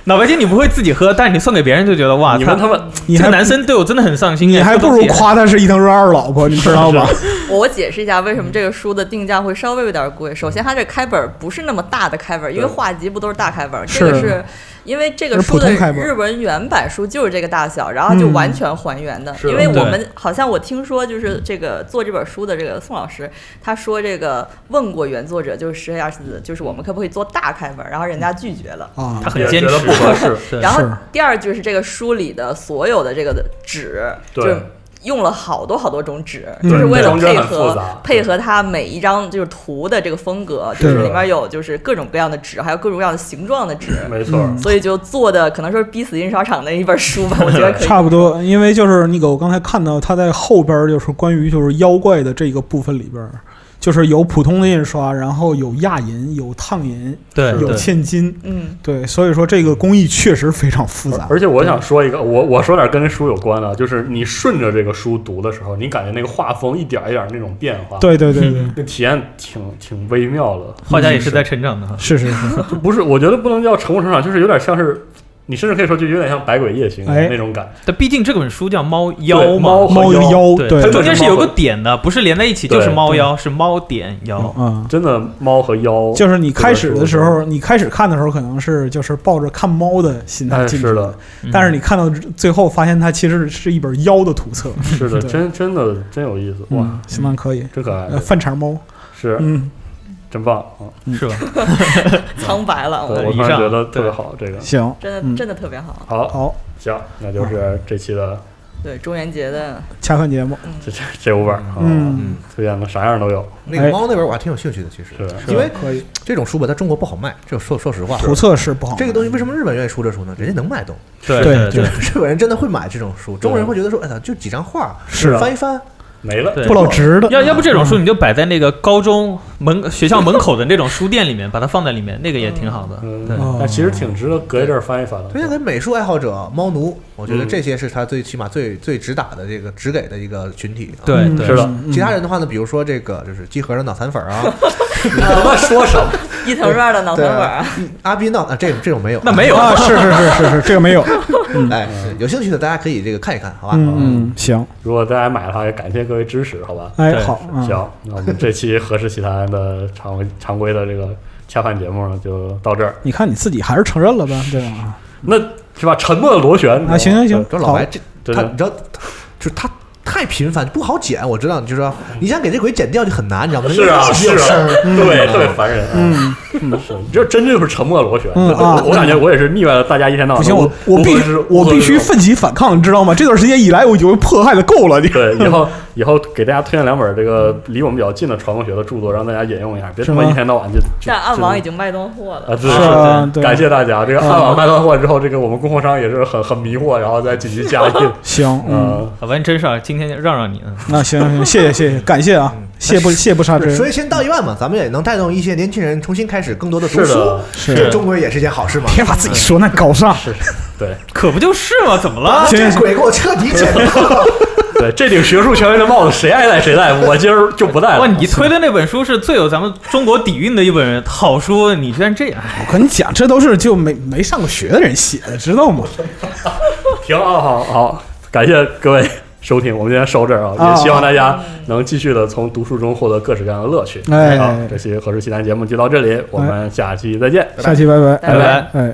Speaker 4: 脑白金你不会自己喝，但是你送给别人就觉得哇，
Speaker 3: 你
Speaker 4: 他
Speaker 3: 们他们
Speaker 2: 你
Speaker 4: 这
Speaker 2: 还
Speaker 4: 个男生对我真的很上心，
Speaker 2: 你
Speaker 4: 哎
Speaker 2: 还不如。夸他是伊藤润二老婆，你知道吧？
Speaker 5: 我解释一下为什么
Speaker 4: 嗯
Speaker 5: 这个书的定价会稍微有点贵。首先，它这开本不是那么大的开本，因为
Speaker 3: 对
Speaker 5: 画集不都是大开本？
Speaker 2: 是
Speaker 5: 这个是因为这个
Speaker 2: 是普
Speaker 5: 书的
Speaker 2: 通开本
Speaker 5: 日文原版书就是这个大小，然后就
Speaker 2: 嗯
Speaker 5: 完全还原的。
Speaker 3: 是
Speaker 5: 因为
Speaker 4: 对
Speaker 5: 我们好像我听说，就是这个做这本书的这个宋老师，他说这个问过原作者，就是石黑二十子，就是我们可不可以做大开本？然后人家拒绝了。
Speaker 2: 啊
Speaker 4: 他，很
Speaker 3: 也
Speaker 4: 坚
Speaker 3: 觉
Speaker 4: 持啊
Speaker 3: 得，不 合适。
Speaker 4: 对
Speaker 5: 然后
Speaker 2: 呃是
Speaker 5: 第二就是这个书里的所有的这个纸，
Speaker 3: 对
Speaker 5: 就是用了好多好多种纸，
Speaker 2: 嗯
Speaker 5: 就是为了
Speaker 3: 中间
Speaker 5: 配
Speaker 3: 很复
Speaker 5: 合
Speaker 3: 杂
Speaker 5: 配合它每一张就是图的这个风 格，就是是里面有就是各种各样的纸，还有各种各样的形状的纸，
Speaker 3: 没错，
Speaker 2: 嗯
Speaker 5: 所以就做的可能说是逼死印刷厂的一本书 吧，我觉得可以。
Speaker 2: 差不多，因为就是那个我刚才看到他在后边儿就是关于就是妖怪的这个部分里边儿，就是有普通的印刷，然后有亚银、有烫银、
Speaker 4: 对
Speaker 2: 有
Speaker 4: 对，
Speaker 2: 嵌金，
Speaker 5: 嗯，
Speaker 2: 对，所以说这个工艺确实非常复杂。
Speaker 3: 而且我想说一个，我我说点跟书有关的，啊就是你顺着这个书读的时候，你感觉那个画风一点儿一点儿那种变化，，
Speaker 2: 对对对对，
Speaker 3: 那体验挺挺微妙的。
Speaker 4: 画家也是在成长的哈。
Speaker 2: 是是是，
Speaker 3: 就不是，我觉得不能叫成功成长，就是有点像是，你甚至可以说就有点像《百鬼夜行》
Speaker 2: 哎
Speaker 3: 那种感觉。
Speaker 4: 但毕竟这本书叫猫
Speaker 3: 对
Speaker 4: 妖嘛
Speaker 3: 猫，
Speaker 2: 猫
Speaker 3: 和
Speaker 2: 与
Speaker 3: 妖，
Speaker 2: 妖，
Speaker 4: 对，
Speaker 2: 对
Speaker 4: 它
Speaker 3: 它
Speaker 4: 中
Speaker 3: 就
Speaker 4: 间
Speaker 3: 是
Speaker 4: 是有
Speaker 3: 猫
Speaker 4: 个
Speaker 3: 和
Speaker 4: 点的，不是连在一起就是
Speaker 3: 对
Speaker 4: 猫妖，是猫点妖。
Speaker 2: 嗯。
Speaker 3: 真的猫和妖，
Speaker 2: 就是你开始的时候，你开始看的时候可能是就是抱着看猫的心态
Speaker 3: 哎
Speaker 2: 进去
Speaker 3: 是的，
Speaker 4: 嗯
Speaker 2: 嗯但是你看到最后发现它其实是一本妖的图册，
Speaker 3: 是的，
Speaker 2: 对
Speaker 3: 真真的真有意思，哇，
Speaker 2: 嗯，行吧，可以，
Speaker 3: 真可爱
Speaker 2: 呃，，饭场猫，
Speaker 3: 是
Speaker 2: 嗯，
Speaker 3: 真棒啊！嗯
Speaker 4: 你是吧？
Speaker 5: 苍白了，
Speaker 3: 对
Speaker 5: 我
Speaker 3: 我
Speaker 4: 以
Speaker 3: 突然
Speaker 4: 上
Speaker 3: 觉得特别
Speaker 4: 对
Speaker 3: 好，这个
Speaker 2: 行，
Speaker 5: 真
Speaker 2: 嗯
Speaker 5: 的真的特别好。
Speaker 3: 好，
Speaker 2: 好，
Speaker 3: 行，那就是这期的
Speaker 5: 对中元节的，
Speaker 2: 恰饭节目，
Speaker 3: 这这这五本儿，啊
Speaker 2: 嗯，
Speaker 3: 推荐的啥样都有，
Speaker 1: 那个猫那本我还挺有兴趣的，其实
Speaker 3: 是的
Speaker 1: 因为
Speaker 2: 可以，
Speaker 1: 这种书吧，在中国不好卖，这说说实话，
Speaker 2: 图册是不好，
Speaker 1: 这个东西为什么日本愿意出这书呢？人家能卖动，
Speaker 4: 对
Speaker 2: 对
Speaker 4: 对
Speaker 1: 日本人真的会买这种书，中国人会觉得说，哎呀，就几张画，
Speaker 2: 是啊
Speaker 1: 翻一翻，
Speaker 3: 没了。
Speaker 4: 对
Speaker 2: 不老嗯值的，
Speaker 4: 要要不这种书你就摆在那个高中门学校门口的那种书店里面，把它放在里面，那个也挺好的。
Speaker 3: 嗯
Speaker 4: 对，
Speaker 2: 哦
Speaker 3: 但其实挺值得隔一阵儿翻一翻的。
Speaker 1: 推荐给美术爱好者、猫奴，我觉得
Speaker 3: 嗯
Speaker 1: 这些是他最起码最最直打的这个直给的一个群体啊。
Speaker 4: 对
Speaker 2: 嗯
Speaker 4: 对
Speaker 3: 是的
Speaker 2: 嗯
Speaker 1: 其他人的话呢，比如说这个就是集合的脑残粉 儿啊，
Speaker 3: 你他妈说什么？
Speaker 5: 伊藤润二的脑残粉儿，
Speaker 1: 阿斌闹啊，这这种没有，
Speaker 4: 那没有
Speaker 2: 啊，是是是是是，这个没有，
Speaker 1: 哎，
Speaker 3: 嗯
Speaker 1: 有兴趣的大家可以这个看一看，好吧？
Speaker 2: 嗯嗯，行，
Speaker 3: 如果大家买的话，也感谢各位支持，好吧？
Speaker 2: 哎，
Speaker 4: 对
Speaker 2: 好，嗯
Speaker 3: 行，那我们这期《何氏奇谈》的常规常规的这个恰饭节目呢，就到这儿。
Speaker 2: 你看你自己还是承认了吧，对吧？
Speaker 3: 那是吧？沉默的螺旋
Speaker 2: 啊，行，行行，
Speaker 1: 这老
Speaker 2: 好
Speaker 1: 白，这
Speaker 3: 对
Speaker 1: 他
Speaker 3: 对
Speaker 1: 你知道，他就是他太频繁不好剪，我知道，就是说你想给这鬼剪掉就很难，你知道吗？
Speaker 3: 是啊
Speaker 1: 一直有
Speaker 3: 是啊
Speaker 1: 声儿
Speaker 3: 对，特别烦人。嗯，是，你这真就是沉默的螺旋。
Speaker 2: 嗯啊
Speaker 3: 我我感觉我也是腻歪了大家一天到晚
Speaker 2: 不行，
Speaker 3: 都
Speaker 2: 我我必
Speaker 3: 无何是
Speaker 2: 我必须
Speaker 3: 无何是
Speaker 2: 奋起反抗，你知道吗？这段时间以来，我已经迫害的够了，你
Speaker 3: 对，以后以后给大家推荐两本这个离我们比较近的传播学的著作，让大家引用一下，别他妈
Speaker 2: 是吗
Speaker 3: 一天到晚就。就
Speaker 5: 但暗王
Speaker 3: 就
Speaker 5: 已经卖断货了
Speaker 3: 啊，。对
Speaker 2: 是啊
Speaker 3: 是
Speaker 2: 对
Speaker 3: 感谢大家。这个暗网卖断货之后，这个我们供货商也是很很迷惑，然后再紧急加印。
Speaker 2: 行， 嗯，
Speaker 3: 嗯，
Speaker 4: 好吧，你真是啊，今天让让你，嗯
Speaker 2: 那行行，谢谢谢谢，感谢啊，谢不谢不杀之
Speaker 1: 是所
Speaker 2: 恩，
Speaker 1: 以先到一万嘛，咱们也能带动一些年轻人重新开始更多的读
Speaker 3: 是
Speaker 1: 书
Speaker 3: 的，，
Speaker 1: 这
Speaker 2: 是
Speaker 1: 终归也是件好事嘛。
Speaker 2: 别把自己说那高尚，
Speaker 3: 是，对
Speaker 4: 可不就是吗？怎么
Speaker 1: 啊，
Speaker 4: 了？
Speaker 1: 这
Speaker 2: 行
Speaker 1: 鬼给我彻底剪掉，
Speaker 3: 对，这顶学术权威的帽子谁爱戴谁戴，我今儿就不戴
Speaker 4: 哇，
Speaker 3: 了。
Speaker 4: 你推的那本书是最有咱们中国底蕴的一本好书，你居然这样！
Speaker 2: 我跟你讲，这都是就没没上过学的人写的，知道吗？
Speaker 3: 停啊，好好，感谢各位收听，我们今天收这儿啊，
Speaker 2: 啊
Speaker 3: 也希望大家能继续的从读书中获得各式各样的乐趣。
Speaker 2: 哎
Speaker 3: 好，这期《何氏奇谈》节目就到这里，我们下期再见。
Speaker 2: 下期拜拜，
Speaker 5: 拜
Speaker 3: 拜
Speaker 4: 拜。
Speaker 2: 哎。